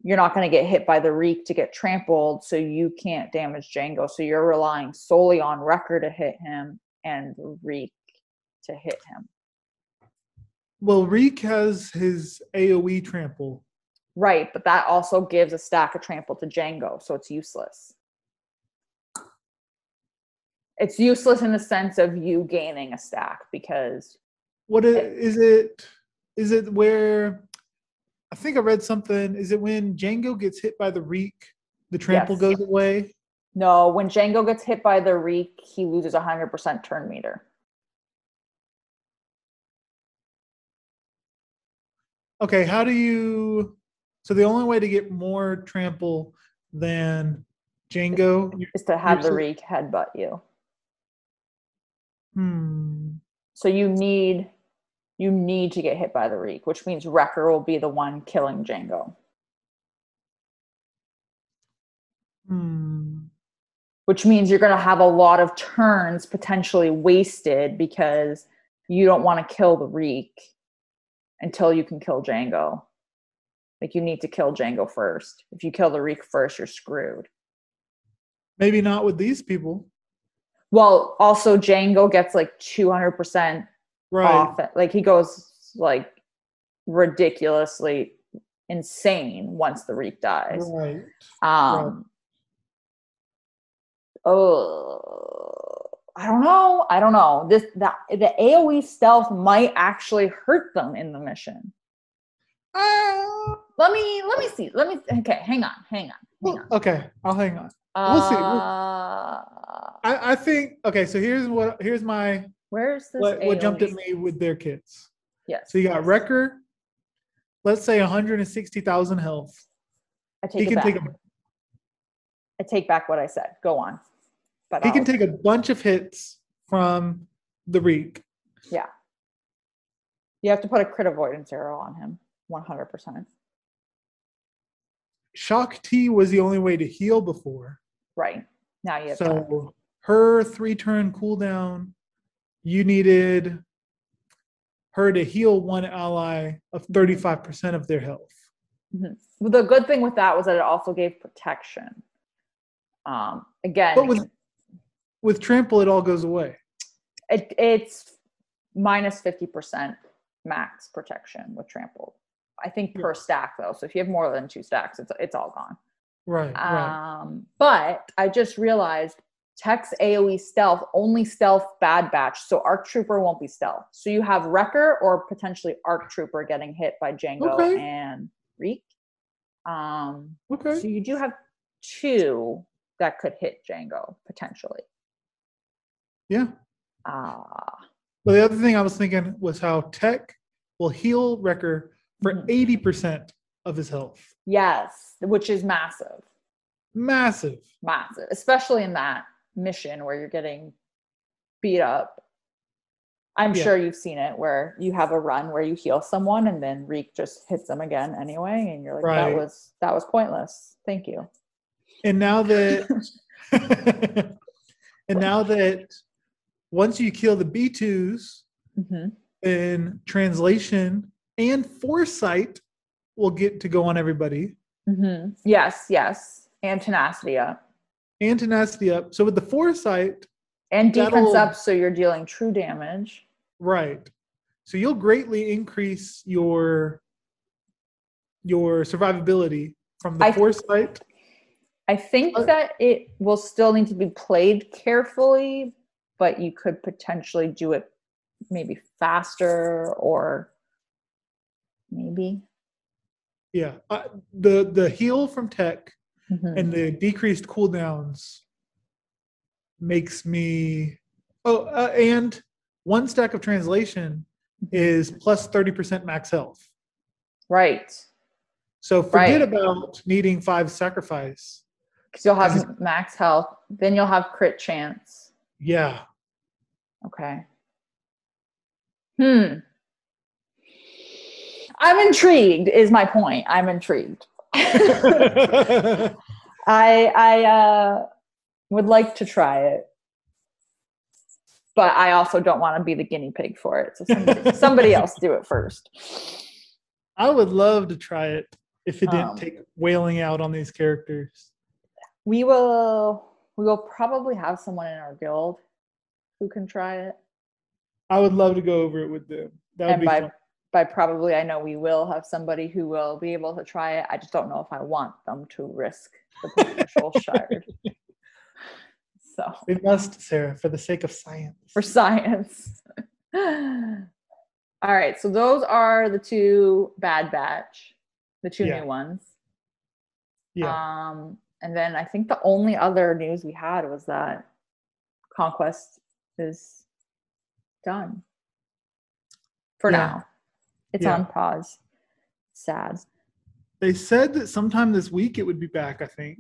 S4: you're not going to get hit by the reek to get trampled, so you can't damage Django. So you're relying solely on Wrecker to hit him and reek to hit him.
S3: well Reek has his AoE trample.
S4: Right, but that also gives a stack of trample to Django, so it's useless. It's useless in the sense of you gaining a stack because
S3: What i- is it is it where I think I read something. Is it when Django gets hit by the reek, the trample
S4: Yes.
S3: goes away?
S4: no, when Django gets hit by the reek, he loses 100% turn meter.
S3: Okay, how do you? So the only way to get more trample than Django, you-
S4: Is to have the
S3: Useless.
S4: reek headbutt you.
S3: hmm,
S4: So you need you need to get hit by the reek, which means Wrecker will be the one killing Django,
S3: hmm,
S4: which means you're going to have a lot of turns potentially wasted because you don't want to kill the reek until you can kill Django. Like you need to kill Django first. If you kill the reek first, you're screwed.
S3: maybe not with these people,
S4: Well, also Django gets like 200%
S3: right?
S4: off. Like he goes like ridiculously insane once the reek dies.
S3: Right.
S4: Um, Oh, I don't know. I don't know. This the the AOE stealth might actually hurt them in the mission.
S3: Ah,
S4: Let me let me see. Let me okay. Hang on. Hang on. Hang on.
S3: okay, I'll hang on.
S4: Uh,
S3: We'll see, we'll-
S4: Uh,
S3: I, I think okay. So here's what here's my
S4: where's this?
S3: what, what jumped at
S4: AOE?
S3: me with their kits.
S4: Yes.
S3: So you got
S4: yes.
S3: Wrecker. Let's say 160,000 health.
S4: I
S3: he
S4: take it
S3: can
S4: back.
S3: take a
S4: I take back what I said. Go on. But um,
S3: he can
S4: I'll-
S3: take a bunch of hits from the reek.
S4: You have to put a crit avoidance arrow on him. One hundred percent.
S3: Shock T was the only way to heal before.
S4: Right now you have
S3: so
S4: that.
S3: her three turn cooldown, you needed her to heal one ally of 35% of their health.
S4: Mhm. Well, The good thing with that was that it also gave protection. Um, again,
S3: But with with trample, it all goes away.
S4: it, it's minus 50% max protection with trampled. I think
S3: Yeah.
S4: per stack though. So if you have more than two stacks, it's it's all gone.
S3: Right. right.
S4: Um, but I just realized Tech's AoE E stealth only stealth bad batch, so Arc Trooper won't be stealth. So you have Wrecker or potentially Arc Trooper getting hit by Django
S3: Okay.
S4: and Reek. Um, So
S3: Okay.
S4: you do have two that could hit Django potentially.
S3: Yeah.
S4: Ah,
S3: But the other thing I was thinking was how tech will heal Wrecker for
S4: Mhm.
S3: 80% of his health.
S4: yes, which is massive,
S3: Massive.
S4: massive, especially in that mission where you're getting beat up. I'm
S3: Yeah.
S4: sure you've seen it where you have a run where you heal someone and then Reek just hits them again anyway, and you're like,
S3: Right.
S4: that was that was pointless. Thank you.
S3: And now that, and now that once you kill the B2s,
S4: Mhm.
S3: then translation and foresight will get to go on everybody
S4: Mhm. Yes, yes. And tenacity up.
S3: and tenacity up. So with the foresight,
S4: And defense
S3: That'll-
S4: up, so you're dealing true damage.
S3: right. So you'll greatly increase your your survivability from the
S4: I-
S3: foresight.
S4: I think
S3: Uh,
S4: that it will still need to be played carefully, but you could potentially do it maybe faster or maybe.
S3: Yeah. Uh, the the heal from tech
S4: Mhm.
S3: and the decreased cooldowns makes me oh uh, and one stack of translation
S4: Mm-hmm.
S3: is plus 30% max health
S4: Right.
S3: so forget
S4: Right.
S3: about needing five sacrifice
S4: Because you'll have
S3: Because
S4: m- max health, then you'll have crit chance.
S3: yeah
S4: Okay. Hmm. I'm intrigued, is my point. I'm intrigued. I
S3: i
S4: I uh, would like to try it, but I also don't want to be the guinea pig for it. So somebody, somebody else do it first.
S3: would love to try it if it didn't
S4: Um,
S3: take wailing out on these characters
S4: We will. We will probably have someone in our guild who can try it.
S3: i would love to go over it with them that would
S4: and
S3: be
S4: by
S3: fun.
S4: by probably I know we will have somebody who will be able to try it. I just don't know if I want them to risk the potential shard. So
S3: we must sarah for the sake of science
S4: for science. All right, so those are the two bad batch, the two
S3: Yeah.
S4: new ones.
S3: yeah
S4: Um, and then I think the only other news we had was that Conquest is done for
S3: Yeah.
S4: now. It's
S3: Yeah.
S4: on pause. Sad.
S3: they said that sometime this week it would be back i think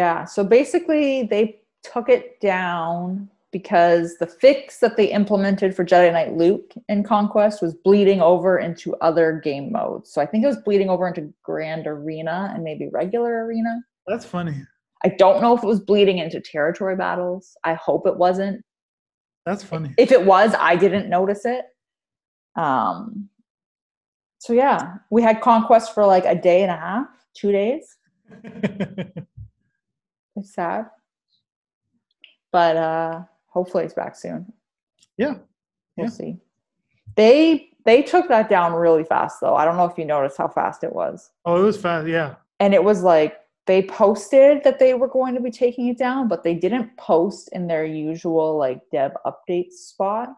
S4: Yeah. So basically, they took it down because the fix that they implemented for Jedi Knight Luke in Conquest was bleeding over into other game modes. So I think it was bleeding over into Grand Arena and maybe regular Arena.
S3: that's funny
S4: I don't know if it was bleeding into territory battles. I hope it wasn't.
S3: that's funny
S4: If it was, I didn't notice it. Um, so yeah, we had Conquest for like a day and a half, two days. It's sad. But uh hopefully it's back soon.
S3: Yeah.
S4: We'll
S3: Yeah.
S4: see. They they took that down really fast though. I don't know if you noticed how fast it was.
S3: oh it was fast yeah
S4: And it was like they posted that they were going to be taking it down, but they didn't post in their usual like dev update spot.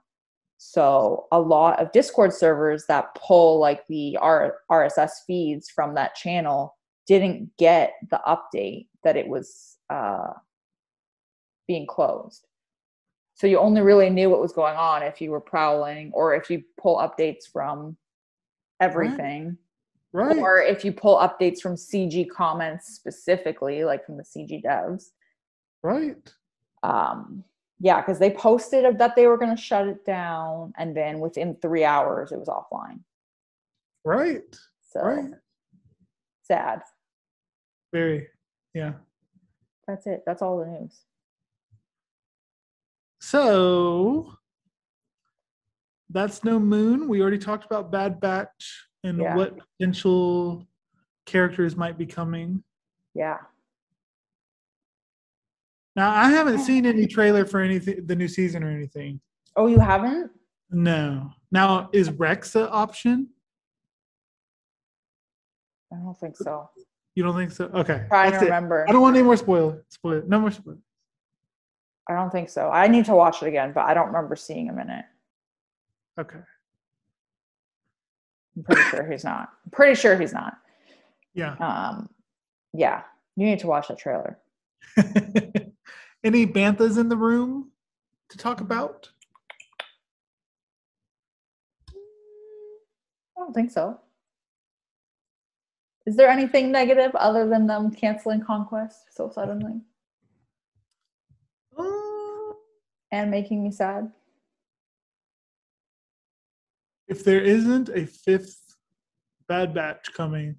S4: So a lot of Discord servers that pull like the R- RSS feeds from that channel didn't get the update that it was uh, being closed. So you only really knew what was going on if you were prowling or if you pull updates from everything
S3: right
S4: or if you pull updates from CG comments specifically, like from the CG devs.
S3: right
S4: Um, yeah, because they posted of- that they were going to shut it down, and then within three hours, it was offline.
S3: right
S4: So
S3: right
S4: sad.
S3: very yeah
S4: That's it. That's all the news.
S3: So that's no moon. We already talked about Bad Batch and
S4: Yeah.
S3: what potential characters might be coming.
S4: Yeah.
S3: Now I haven't seen any trailer for anything the new season or anything.
S4: Oh, you haven't?
S3: No. Now is Rex an option?
S4: I don't think so.
S3: You don't think so? Okay.
S4: Trying
S3: that's
S4: to
S3: it.
S4: remember.
S3: I don't want any more spoiler. Spoiler. No more spoiler.
S4: I don't think so. I need to watch it again, but I don't remember seeing him in it.
S3: Okay.
S4: I'm pretty sure he's not. I'm pretty sure he's not.
S3: Yeah.
S4: Um, yeah. You need to watch that trailer.
S3: any banthas in the room to talk about?
S4: I don't think so. Is there anything negative other than them canceling Conquest so suddenly
S3: Uh,
S4: and making me sad?
S3: if there isn't a fifth Bad Batch coming,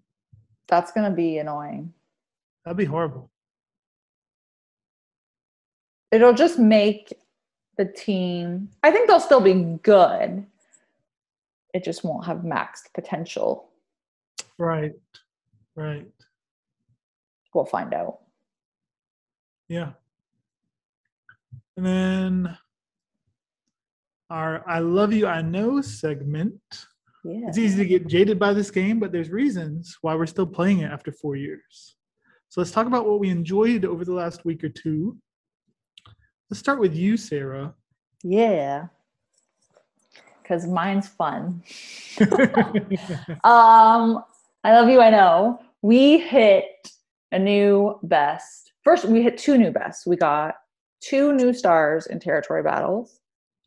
S4: That's going to be annoying.
S3: that'd be horrible.
S4: it'll just make the team. I think they'll still be good. It just won't have maxed potential.
S3: Right. Right.
S4: We'll find out.
S3: Yeah. And then our I love you, I know segment.
S4: Yeah.
S3: It's easy to get jaded by this game, but there's reasons why we're still playing it after four years. So let's talk about what we enjoyed over the last week or two. Let's start with you, Sarah.
S4: Yeah. Because mine's fun. Um, I love you. I know. We hit a new best. First, we hit two new bests. We got two new stars in territory battles,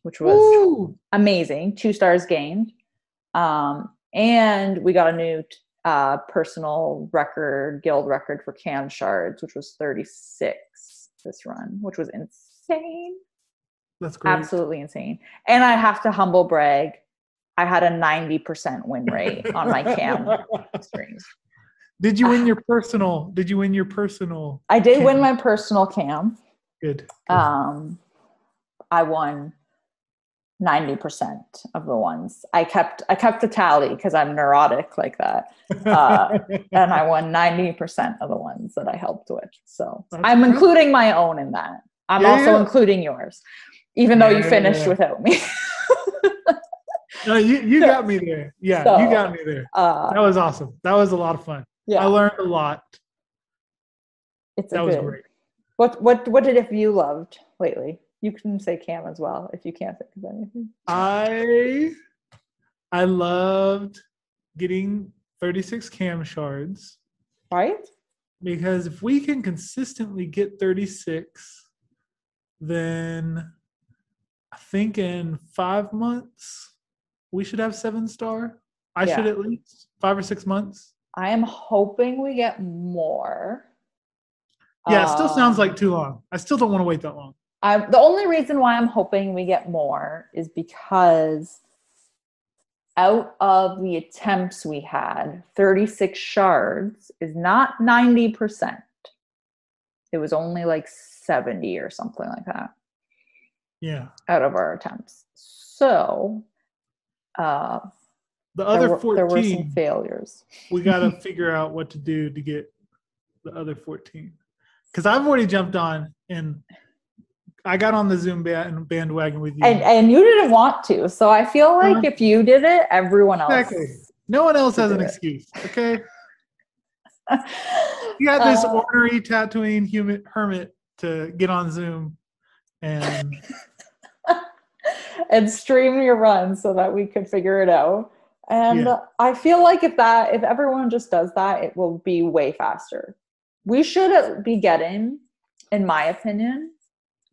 S4: which was
S3: Woo!
S4: amazing. Two stars gained, um, and we got a new t- uh, personal record, guild record for canned shards, which was 36 this run, which was insane.
S3: That's great.
S4: Absolutely insane. And I have to humble brag. I had a 90% win rate on my cam streams.
S3: Did you win your personal? Did you win your personal?
S4: I did
S3: Cam.
S4: win my personal cam.
S3: Good. good.
S4: Um, I won 90% of the ones. I kept I kept the tally because I'm neurotic like that. uh, And I won 90% of the ones that I helped with. So
S3: That's
S4: I'm
S3: good.
S4: including my own in that. I'm
S3: Yeah,
S4: also
S3: yeah.
S4: including yours, even though you
S3: Yeah.
S4: finished without me.
S3: no, you, you got me there. Yeah, you
S4: So-
S3: got me there. That
S4: Uh,
S3: was awesome. That was a lot of fun. I
S4: yeah,
S3: learned a lot.
S4: it's a
S3: That was
S4: good.
S3: great.
S4: What what what did if you loved lately? You can say Cam as well if you can't think of anything.
S3: I I loved getting 36 cam shards
S4: Right?
S3: because if we can consistently get 36, then I think in five months we should have seven star. I should
S4: Yeah.
S3: at least five or six months.
S4: I am hoping we get more.
S3: Yeah, it still sounds
S4: Um,
S3: like too long. I still don't want to wait that long.
S4: I, the only reason why I'm hoping we get more is because out of the attempts we had, 36 shards is not 90%. It was only like 70 or something like that.
S3: Yeah.
S4: out of our attempts. So uh,
S3: The
S4: there,
S3: other
S4: were,
S3: 14
S4: there were some failures.
S3: we got to figure out what to do to get the other 14 because i've already jumped on and i got on the zoom band- bandwagon with you
S4: And, and you didn't want to. So I feel like
S3: Uh-huh.
S4: if you did it, everyone else.
S3: Exactly. no one else has an
S4: Yeah.
S3: excuse okay you got this
S4: Uh,
S3: ornery tattooing human hermit to get on zoom and
S4: and stream your run so that we could figure it out. And
S3: Yeah.
S4: I feel like if that, if everyone just does that, it will be way faster. We should be getting, in my opinion,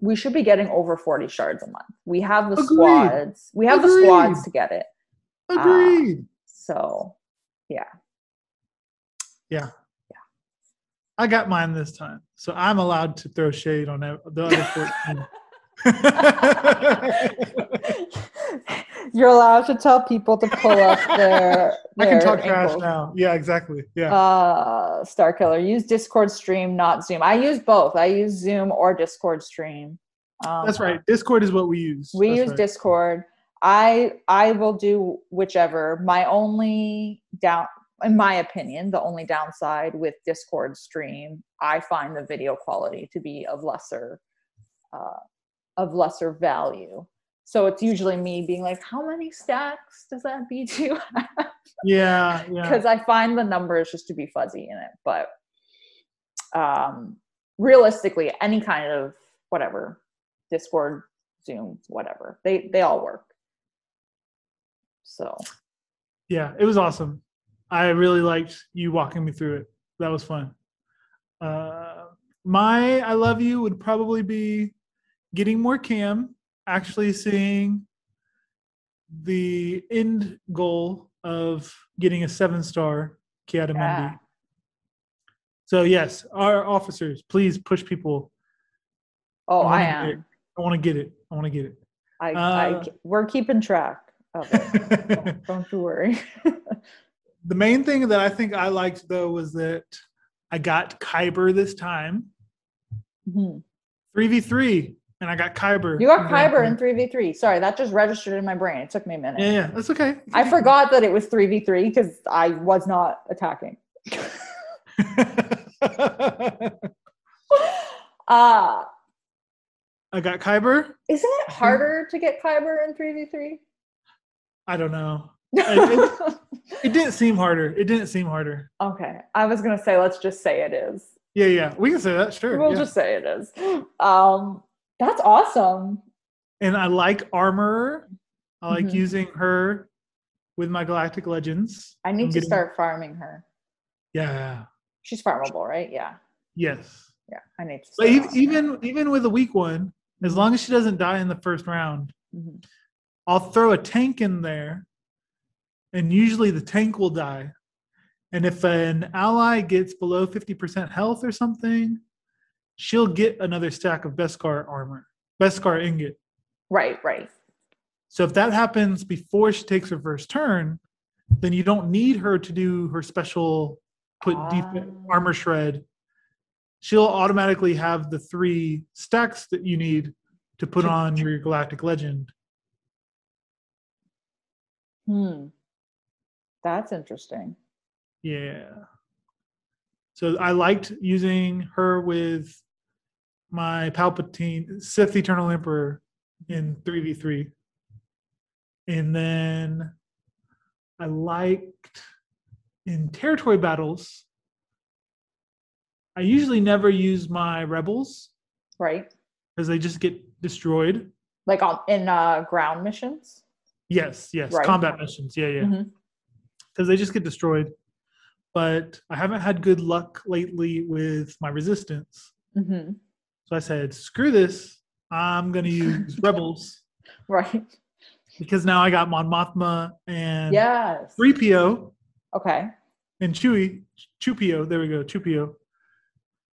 S4: we should be getting over 40 shards a month. We have the
S3: Agreed.
S4: squads. We have the
S3: Agreed.
S4: squads to get it. Uh,
S3: agreed
S4: So
S3: i got mine this time so i'm allowed to throw shade on ev- the other 14
S4: You're allowed to tell people to pull up their.
S3: i can
S4: their
S3: talk trash
S4: ankles.
S3: now yeah exactly yeah
S4: Uh, Star Killer, use Discord stream, not Zoom. I use both. I use Zoom or Discord stream. Um,
S3: that's right discord is what we use
S4: We
S3: That's
S4: use
S3: right.
S4: Discord. I I will do whichever. My only down, in my opinion, the only downside with Discord stream, I find the video quality to be of lesser, uh, of lesser value. So it's usually me being like, how many stacks does that B2 have?
S3: yeah yeah
S4: because I find the numbers just to be fuzzy in it. But um, realistically, any kind of whatever, Discord, Zoom, whatever, they they all work. So
S3: yeah it was awesome i really liked you walking me through it that was fun uh, my i love you would probably be getting more cam actually seeing the end goal of getting a seven star Kiata
S4: Yeah.
S3: so yes our officers please push people
S4: oh, I
S3: wanna get it.
S4: am.
S3: i want to get it i want to get it
S4: I,
S3: Uh,
S4: I we're keeping track of it. don't, don't you worry.
S3: the main thing that I think I liked though was that I got Kyber this time
S4: Mhm.
S3: 3v3, and I got Kyber.
S4: You got Kyber in 3v3. Sorry, that just registered in my brain. It took me a minute.
S3: Yeah, yeah, that's okay.
S4: I forgot that it was 3v3 because I was not attacking. uh,
S3: I got Kyber.
S4: isn't it harder to get Kyber in 3v3?
S3: I don't know. I It didn't seem harder. It didn't seem harder.
S4: okay, I was going to say, let's just say it is.
S3: Yeah, yeah. We can say that, sure.
S4: We'll
S3: yeah.
S4: just say it is. Um, that's awesome.
S3: and I like Armorer. I like
S4: Mhm.
S3: using her with my Galactic Legends.
S4: I
S3: I'm
S4: need to
S3: getting-
S4: start farming her.
S3: Yeah.
S4: She's farmable, right? Yeah.
S3: Yes.
S4: Yeah. I need to.
S3: But
S4: start
S3: ev-
S4: farming her.
S3: even even with a weak one, as
S4: Mm-hmm.
S3: long as she doesn't die in the first round,
S4: Mhm.
S3: I'll throw a tank in there, and usually the tank will die. And if an ally gets below 50% health or something, she'll get another stack of Beskar armor, Beskar ingot.
S4: Right, right.
S3: So if that happens before she takes her first turn, then you don't need her to do her special put deep
S4: Ah.
S3: armor shred. She'll automatically have the three stacks that you need to put
S4: To-
S3: on your Galactic Legend.
S4: Hmm. That's interesting.
S3: Yeah. So I liked using her with my Palpatine Sith Eternal Emperor in 3v3. And then I liked in territory battles. I usually never use my rebels
S4: Right?
S3: because they just get destroyed.
S4: Like on in uh ground missions.
S3: Yes, yes,
S4: Right.
S3: combat missions. Yeah, yeah.
S4: Mhm.
S3: because they just get destroyed. But I haven't had good luck lately with my resistance.
S4: hmm
S3: So I said, screw this. I'm going to use Rebels
S4: Right.
S3: because now I got Mon Mothma and
S4: Yes.
S3: 3PO
S4: Okay.
S3: and Chewie. Chupio. There we go. Chupio.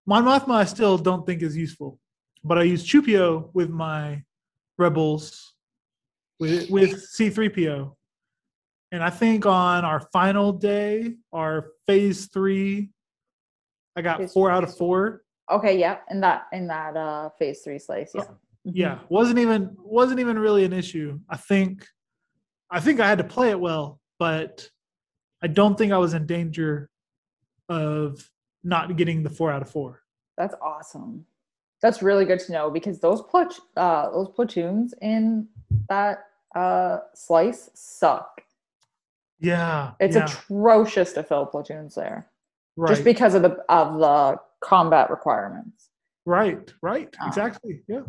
S3: Mon Mothma, I still don't think is useful, but I use Chupio with my Rebels with, with C3PO. And I think on our final day, our phase three, I got
S4: Phase
S3: four out of four.
S4: Okay, yeah. In that in that uh phase three slice. Yeah. Mhm.
S3: Yeah, wasn't even wasn't even really an issue. I think, I think I had to play it well, but I don't think I was in danger of not getting the four out of four.
S4: That's awesome. That's really good to know because those plat- uh those platoons in that uh slice suck.
S3: Yeah,
S4: It's
S3: yeah,
S4: atrocious to fill platoons there.
S3: right,
S4: Just because of the of the combat requirements.
S3: right, right,
S4: Ah.
S3: exactly. Yeah,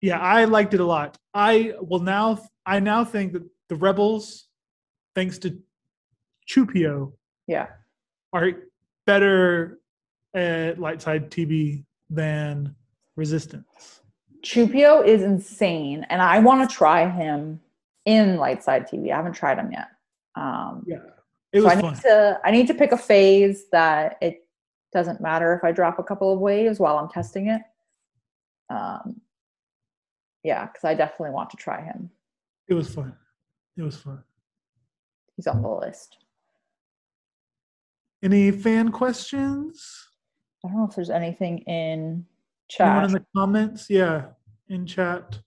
S3: yeah, I liked it a lot. I will now. I now think that the rebels, thanks to Chupio,
S4: Yeah.
S3: are better at light side TB than resistance.
S4: Chupio is insane, and I want to try him in Lightside TV. I haven't tried him yet. Um,
S3: Yeah, it
S4: so
S3: was
S4: I
S3: fun.
S4: need to I need to pick a phase that it doesn't matter if I drop a couple of waves while I'm testing it. Um, yeah, because I definitely want to try him.
S3: It was fun. It was fun.
S4: He's on the list.
S3: Any fan questions?
S4: I don't know if there's anything in
S3: Anyone
S4: chat.
S3: in the comments? Yeah, in chat.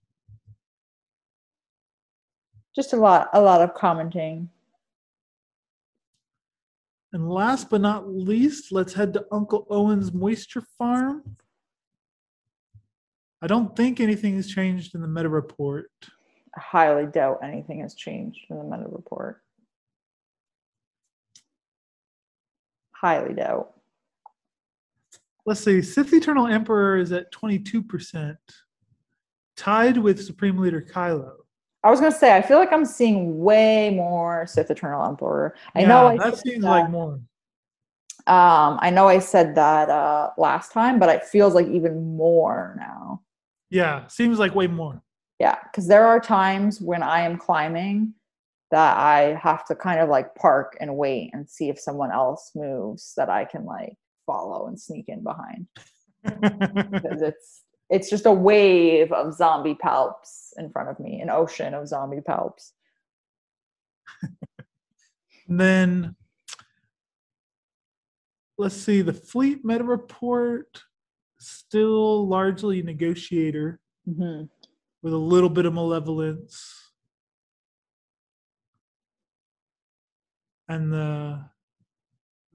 S4: Just a lot a lot of commenting.
S3: And last but not least, let's head to Uncle Owen's moisture farm. I don't think anything has changed in the meta report.
S4: I highly doubt anything has changed in the meta report. Highly doubt.
S3: Let's see, Sith Eternal Emperor is at 22%, tied with Supreme Leader Kylo.
S4: I was gonna say, I feel like I'm seeing way more Sith Eternal Emperor. I know I
S3: that
S4: said
S3: seems
S4: that-
S3: like more.
S4: um, I know I said that uh, last time, but it feels like even more now.
S3: Yeah, seems like way more.
S4: Yeah, because there are times when I am climbing that I have to kind of like park and wait and see if someone else moves that I can like follow and sneak in behind. because it's it's just a wave of zombie palps in front of me, an ocean of zombie palps.
S3: And then let's see the fleet meta report. still largely a negotiator
S4: hmm
S3: with a little bit of malevolence. And the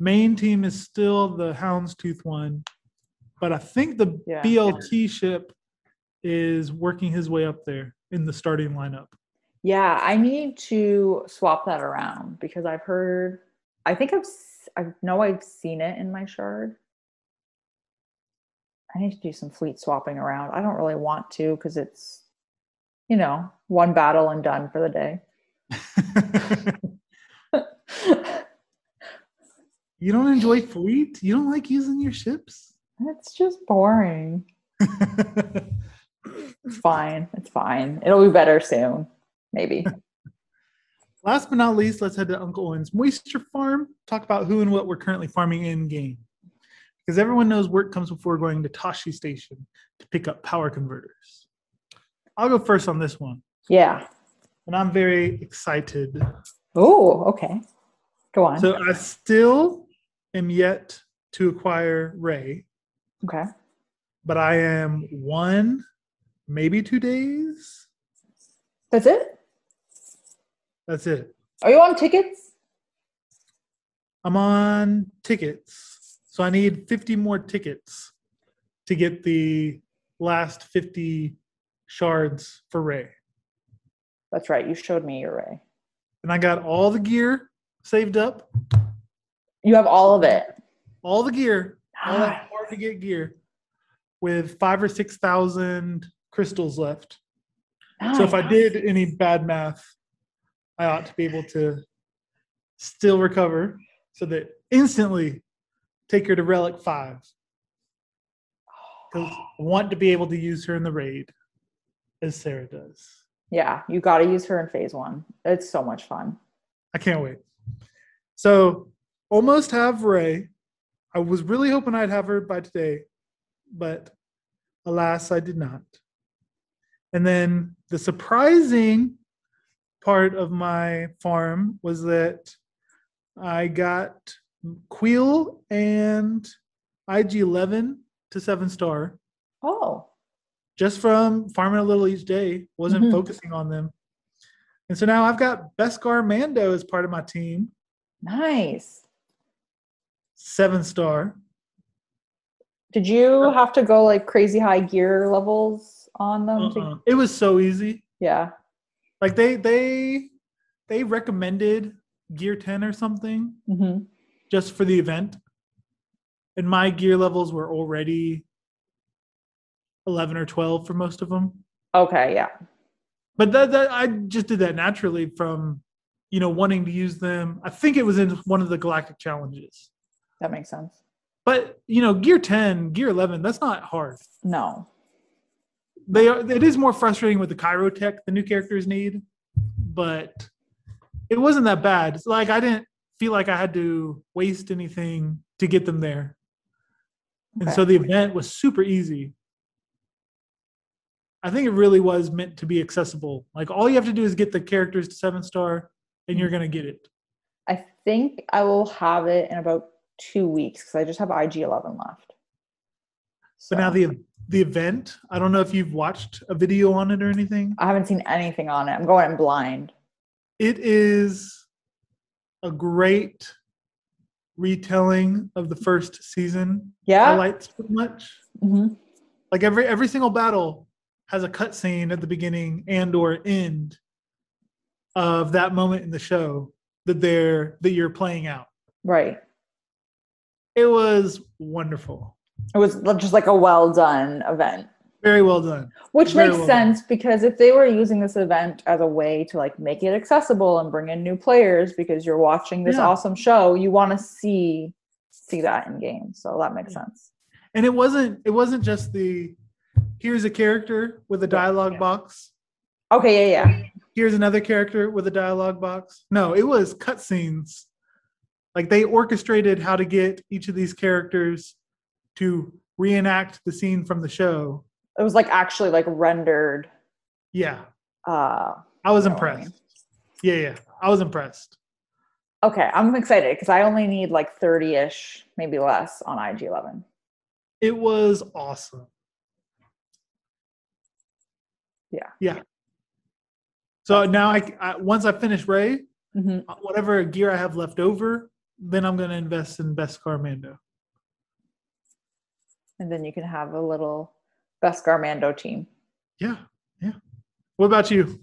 S3: main team is still the Houndstooth one. But I think the
S4: Yeah.
S3: BLT ship is working his way up there in the starting lineup.
S4: Yeah, I need to swap that around because I've heard, I think I've, s- I know I've seen it in my shard. I need to do some fleet swapping around. I don't really want to because it's, you know, one battle and done for the day.
S3: you don't enjoy fleet? You don't like using your ships?
S4: it's just boring. It's fine. It's fine. It'll be better soon, maybe.
S3: Last but not least, let's head to Uncle Owen's Moisture Farm, talk about who and what we're currently farming in game. Because everyone knows work comes before going to Tashi Station to pick up power converters. I'll go first on this one,
S4: yeah.
S3: and I'm very excited.
S4: Oh, okay. Go on.
S3: So I still am yet to acquire Ray,
S4: okay.
S3: but I am one, maybe two days.
S4: That's it?
S3: That's it.
S4: Are you on tickets?
S3: I'm on tickets. So I need 50 more tickets to get the last 50 shards for Ray.
S4: That's right. You showed me your ray.
S3: And I got all the gear saved up,
S4: You have all of it.
S3: all the gear,
S4: Oh
S3: all that hard to get gear with five or 6,000 crystals left. So if I
S4: Nice.
S3: did any bad math, I ought to be able to still recover so that instantly take her to relic five. Because I want to be able to use her in the raid as Sarah does.
S4: Yeah, you got to use her in phase one. It's so much fun.
S3: I can't wait. So almost have Ray. I was really hoping I'd have her by today, but alas, I did not. And then the surprising part of my farm was that I got Queel and IG11 to seven star
S4: Oh,
S3: just from farming a little each day, wasn't
S4: Mhm.
S3: focusing on them. And so now I've got Beskar Mando as part of my team.
S4: nice.
S3: seven star.
S4: Did you have to go like crazy high gear levels on them? to-
S3: Uh-uh. It was so easy.
S4: yeah.
S3: Like they they they recommended gear 10 or something
S4: hmm
S3: just for the event. And my gear levels were already 11 or 12 for most of them.
S4: Okay. Yeah.
S3: But that, that I just did that naturally from you know wanting to use them. I think it was in one of the galactic challenges.
S4: That makes sense.
S3: But you know, gear 10, gear 11, that's not hard.
S4: No.
S3: they are it is more frustrating with the Cairo tech the new characters need, but it wasn't that bad. It's like I didn't feel like I had to waste anything to get them there. And
S4: Okay.
S3: so the event was super easy. I think it really was meant to be accessible. Like all you have to do is get the characters to seven star and you're gonna get it.
S4: I think I will have it in about two weeks because I just have IG 11 left.
S3: So now the the event, I don't know if you've watched a video on it or anything.
S4: I haven't seen anything on it. I'm going in blind.
S3: it is a great retelling of the first season. I
S4: Yeah.
S3: like so much.
S4: Mhm.
S3: Like every every single battle has a cutscene at the beginning and or end of that moment in the show that they're that you're playing out.
S4: Right.
S3: It was wonderful.
S4: It was l- just like a well done event.
S3: Very well done.
S4: Which
S3: Very
S4: makes
S3: well done.
S4: sense because if they were using this event as a way to like make it accessible and bring in new players because you're watching this
S3: Yeah.
S4: awesome show, you want to see see that in game. So that makes
S3: Yeah.
S4: sense.
S3: And it wasn't it wasn't just the here's a character with a
S4: Yeah,
S3: dialogue
S4: yeah.
S3: box.
S4: Okay, yeah, yeah.
S3: here's another character with a dialogue box. No, it was cutscenes. Like they orchestrated how to get each of these characters to reenact the scene from the show.
S4: It was like actually like rendered
S3: Yeah,
S4: uh
S3: I was
S4: You know what I
S3: impressed. Yeah, yeah, I was impressed.
S4: okay, I'm excited because I only need like 30-ish, maybe less on IG eleven.
S3: It was awesome.
S4: Yeah.
S3: Yeah. So now I, I once I finish Ray, Mm-hmm.
S4: Mhm.
S3: whatever gear I have left over, then I'm going to invest in Best Car Mando.
S4: And then you can have a little best Garmando team.
S3: Yeah. Yeah. What about you?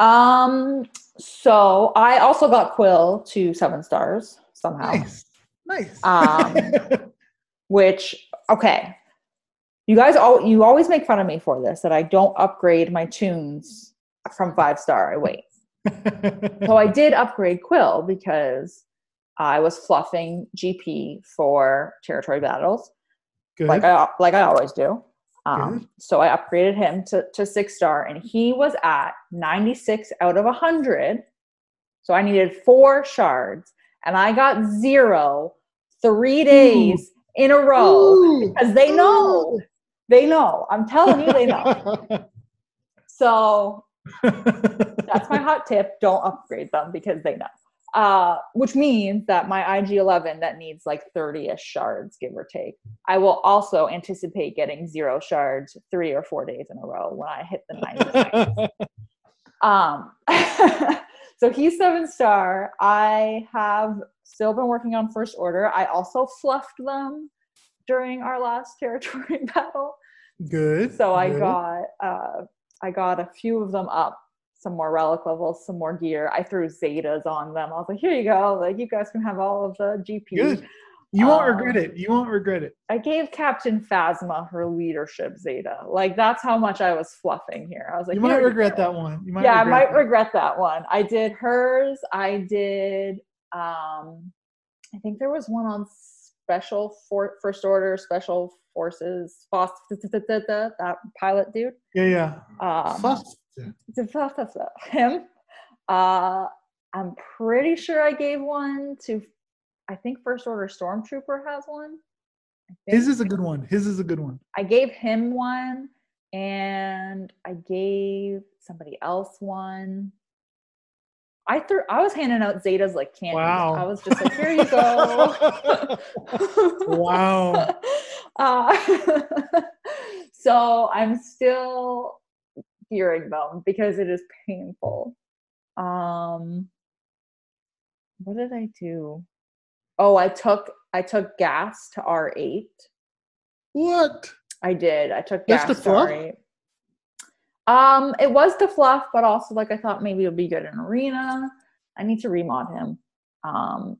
S4: Um, so I also got Quill to seven stars somehow.
S3: Nice. Nice.
S4: Um, which okay. You guys all you always make fun of me for this that I don't upgrade my tunes from five star. I wait. So I did upgrade Quill because I was fluffing GP for territory battles,
S3: Good.
S4: like I like I always do. Um,
S3: Good.
S4: so I upgraded him to, to six star, and he was at 96 out of 100. So I needed four shards, and I got zero three days in a row
S3: Ooh.
S4: because they know. They know. I'm telling you, they know. So that's my hot tip. Don't upgrade them because they know. Uh, which means that my IG11 that needs like 30 ish shards, give or take, I will also anticipate getting zero shards three or four days in a row when I hit the 99. Um, so he's seven star. I have still been working on first order. I also fluffed them during our last territory battle.
S3: Good.
S4: So I
S3: good.
S4: got uh, I got a few of them up, some more relic levels, some more gear. I threw Zetas on them. I was like, here you go. Like you guys can have all of the GP.
S3: Good. You won't
S4: Um,
S3: regret it. You won't regret it.
S4: I gave Captain Phasma her leadership Zeta. Like that's how much I was fluffing here. I was like,
S3: you might
S4: "Here
S3: regret
S4: go."
S3: that one. You might
S4: yeah, I
S3: regret
S4: might
S3: that.
S4: regret that one. I did hers. I did. um I think there was one on special for first order, special forces, FOSS, that pilot dude.
S3: Yeah, yeah.
S4: Um,
S3: Fuss.
S4: him. Uh, I'm pretty sure I gave one to. I think First Order Stormtrooper has one. I
S3: His
S4: think.
S3: is a good one. His is a good one.
S4: I gave him one, and I gave somebody else one. I threw. I was handing out Zetas like candy.
S3: Wow.
S4: I was just like, "Here you go."
S3: wow.
S4: Uh, so I'm still gearing them because it is painful. Um, what did I do? Oh, I took I took gas to R eight.
S3: What?
S4: I did. I took
S3: That's
S4: gas
S3: the
S4: to
S3: fluff?
S4: R eight. Um, it was the fluff, but also like I thought maybe it would be good in arena. I need to remod him. Um,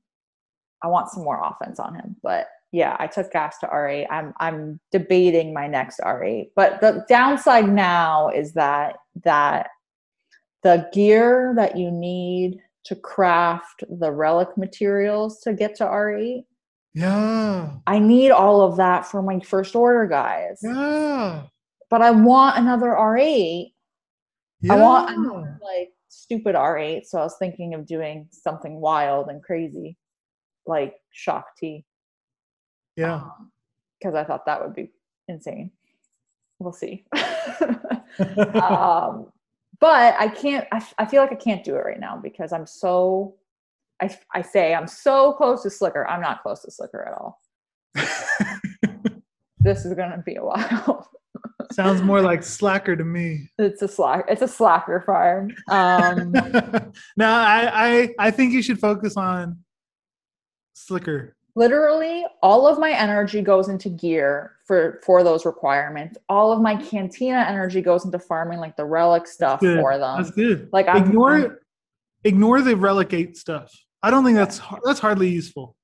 S4: I want some more offense on him, but yeah, I took gas to R8. I'm I'm debating my next R8, but the downside now is that that the gear that you need to craft the relic materials to get to R8,
S3: Yeah.
S4: I need all of that for my first order guys.
S3: Yeah.
S4: But I want another R8,
S3: yeah.
S4: I want another like stupid R8, so I was thinking of doing something wild and crazy, like shock T.
S3: Yeah.
S4: because I thought that would be insane. We'll see. um, but I can't. I, f- I feel like I can't do it right now because I'm so. I, f- I say I'm so close to Slicker. I'm not close to Slicker at all. This is gonna be a while.
S3: Sounds more like slacker to me.
S4: it's a slack. It's a slacker farm. Um,
S3: no, I, I I think you should focus on slicker.
S4: literally all of my energy goes into gear for for those requirements all of my cantina energy goes into farming like the relic stuff
S3: good.
S4: for them
S3: That's good.
S4: Um, like I'm-
S3: ignore
S4: I'm-
S3: it. Ignore the relegate stuff. I don't think that's har- that's hardly useful.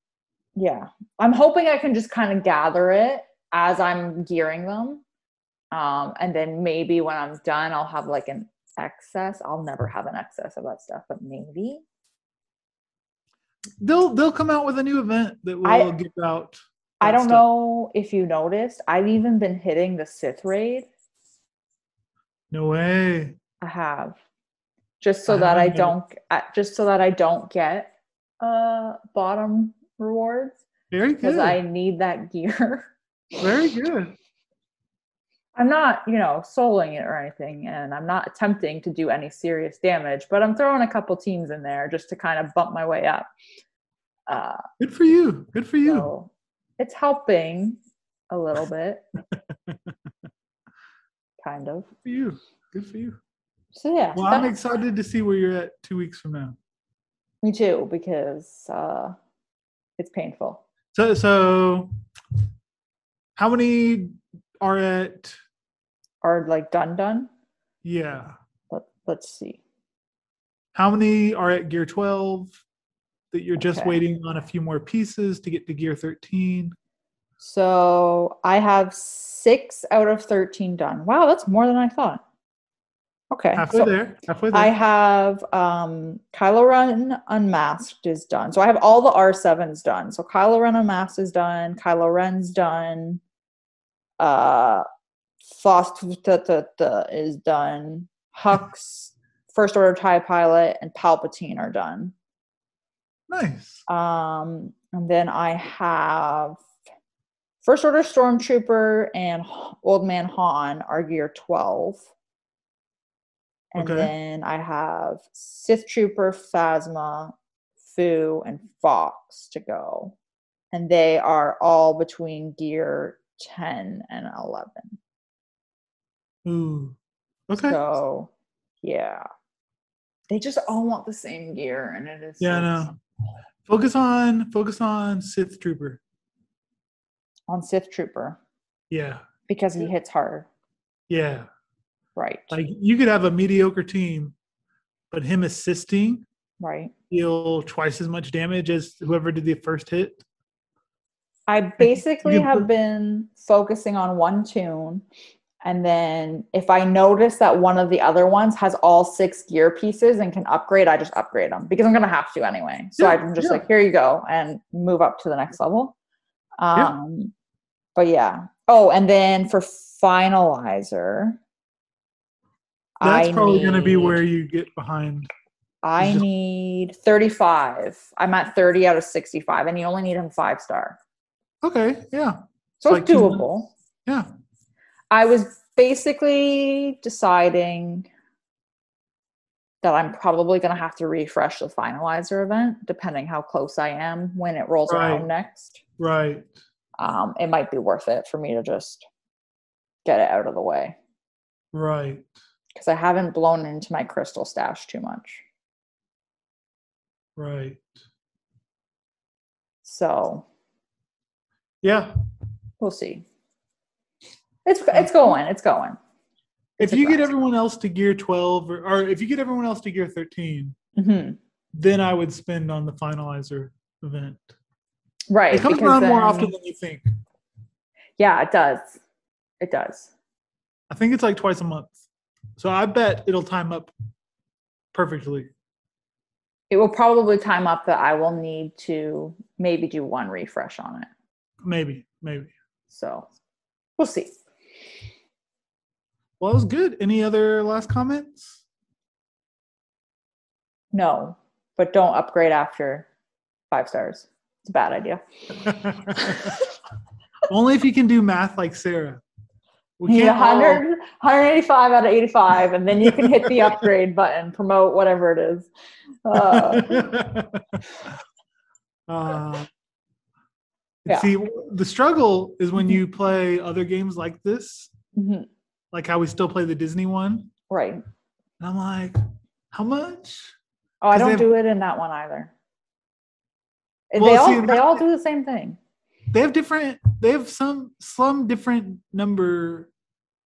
S4: yeah i'm hoping i can just kind of gather it as i'm gearing them um and then maybe when i'm done i'll have like an excess i'll never have an excess of that stuff but maybe
S3: They'll they'll come out with a new event that will
S4: I-
S3: give out.
S4: i
S3: that
S4: don't
S3: stuff.
S4: know if you noticed i've even been hitting the sith raid
S3: No way.
S4: I have, just so
S3: I
S4: that I
S3: haven't yet.
S4: don't, I- just so that I don't get uh bottom rewards
S3: Very
S4: because
S3: good.
S4: I need that gear.
S3: Very good.
S4: I'm not, you know, soloing it or anything, and I'm not attempting to do any serious damage, but I'm throwing a couple teams in there just to kind of bump my way up. Uh,
S3: Good for you. Good for you.
S4: so it's helping, a little bit. kind of.
S3: for you. Good for you.
S4: So yeah.
S3: Well, I'm
S4: that-
S3: excited to see where you're at two weeks from now.
S4: me too, because uh it's painful.
S3: So, so how many are at?
S4: Or like done done.
S3: Yeah,
S4: Let, let's see.
S3: how many are at gear 12 that you're just
S4: Okay.
S3: waiting on a few more pieces to get to gear 13?
S4: So I have six out of 13 done. Wow, that's more than I thought. Okay.
S3: Halfway
S4: So
S3: there. Halfway there.
S4: I have um, Kylo Ren Unmasked is done. So I have all the R7s done. So Kylo Ren Unmasked is done. Kylo Ren's done. Uh, Fast is done. Hux, First Order TIE Pilot, and Palpatine are done.
S3: nice.
S4: Um, and then I have First Order Stormtrooper and H- Old Man Han are gear 12. And
S3: Okay.
S4: then I have Sith Trooper, Phasma, Fu, and Fox to go. And they are all between gear 10 and 11.
S3: Ooh. Okay.
S4: So, yeah. They just all want the same gear, and it is
S3: Yeah, I
S4: like,
S3: know. Focus on focus on Sith Trooper.
S4: on Sith Trooper
S3: Yeah.
S4: because he hits harder.
S3: Yeah.
S4: Right.
S3: Like you could have a mediocre team, but him assisting
S4: right.
S3: heal twice as much damage as whoever did the first hit.
S4: I basically
S3: you
S4: have
S3: put-
S4: been focusing on one tune. And then if I notice that one of the other ones has all six gear pieces and can upgrade, I just upgrade them because I'm going to have to anyway. So
S3: Yeah,
S4: I'm just
S3: yeah.
S4: like, here you go and move up to the next level.
S3: Yeah.
S4: Um, But yeah. Oh, and then for finalizer,
S3: That's
S4: I
S3: probably going to be
S4: need-
S3: where you get behind.
S4: I
S3: just-
S4: need 35. I'm at 30 out of 65, and you only need him five star.
S3: Okay. Yeah.
S4: So
S3: Like
S4: it's
S3: two minutes.
S4: doable.
S3: Yeah.
S4: I was basically deciding that I'm probably going to have to refresh the finalizer event, depending how close I am when it rolls
S3: Right.
S4: around next.
S3: Right.
S4: Um, it might be worth it for me to just get it out of the way
S3: Right.
S4: because I haven't blown into my crystal stash too much.
S3: Right.
S4: So
S3: Yeah.
S4: we'll see. It's
S3: Hmm.
S4: it's going. It's going.
S3: if
S4: It's a
S3: you get
S4: grind.
S3: everyone else to gear 12 or, or if you get everyone else to gear 13
S4: hmm
S3: then i would spend on the finalizer event
S4: Right.
S3: it comes
S4: because
S3: around more
S4: then-
S3: often than you think
S4: Yeah, it does. It does.
S3: i think it's like twice a month so i bet it'll time up perfectly
S4: It will probably time up that I will need to maybe do one refresh on it.
S3: maybe maybe
S4: So we'll see.
S3: well that was good any other last comments
S4: No, but don't upgrade after five stars. It's a bad idea.
S3: only if you can do math like sarah we
S4: You need
S3: all-
S4: 100, 185 out of 85, and then you can hit the upgrade button, promote whatever it is. Uh,
S3: Uh,
S4: Yeah. Mm-hmm.
S3: See, the struggle is when you play other games like this,
S4: mhm,
S3: like how we still play the Disney one.
S4: right.
S3: And I'm like, how much?
S4: Oh, I
S3: 'Cause they
S4: don't
S3: have-
S4: do it in that one either. And
S3: Well,
S4: they all
S3: see,
S4: they
S3: that-
S4: all do the same thing.
S3: They have different, they have some, some different number,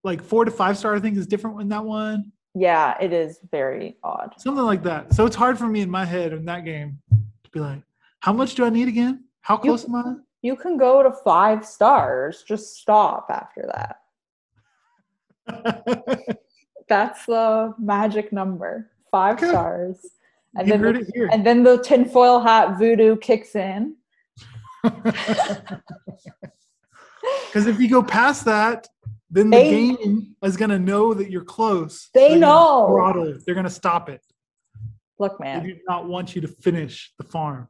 S3: like four to five star, I think is different in that one,
S4: Yeah, it is very odd.
S3: something like that. So it's hard for me in my head in that game to be like, how much do I need again? How close am I?
S4: You can go to five stars. Just stop after that. That's the magic number. Five
S3: Okay.
S4: stars. And
S3: you
S4: then
S3: heard
S4: the,
S3: it here.
S4: and then the tinfoil hat voodoo kicks in.
S3: Because if you go past that, then
S4: They-
S3: the game is gonna know that you're close.
S4: They
S3: They're gonna
S4: know.
S3: throttle it. They're gonna stop it.
S4: Look,
S3: They
S4: man,
S3: do not want you to finish the farm.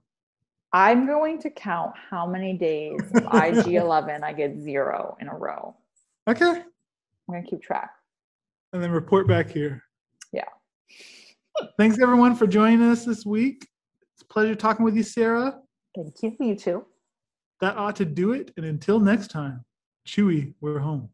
S4: I'm going to count how many days of IG11 I get zero in a row.
S3: Okay.
S4: I'm going to keep track.
S3: And then report back here.
S4: Yeah.
S3: Thanks everyone for joining us this week. It's a pleasure talking with you, Sarah.
S4: Thank you, you too.
S3: That ought to do it. And until next time. Chewie, we're home.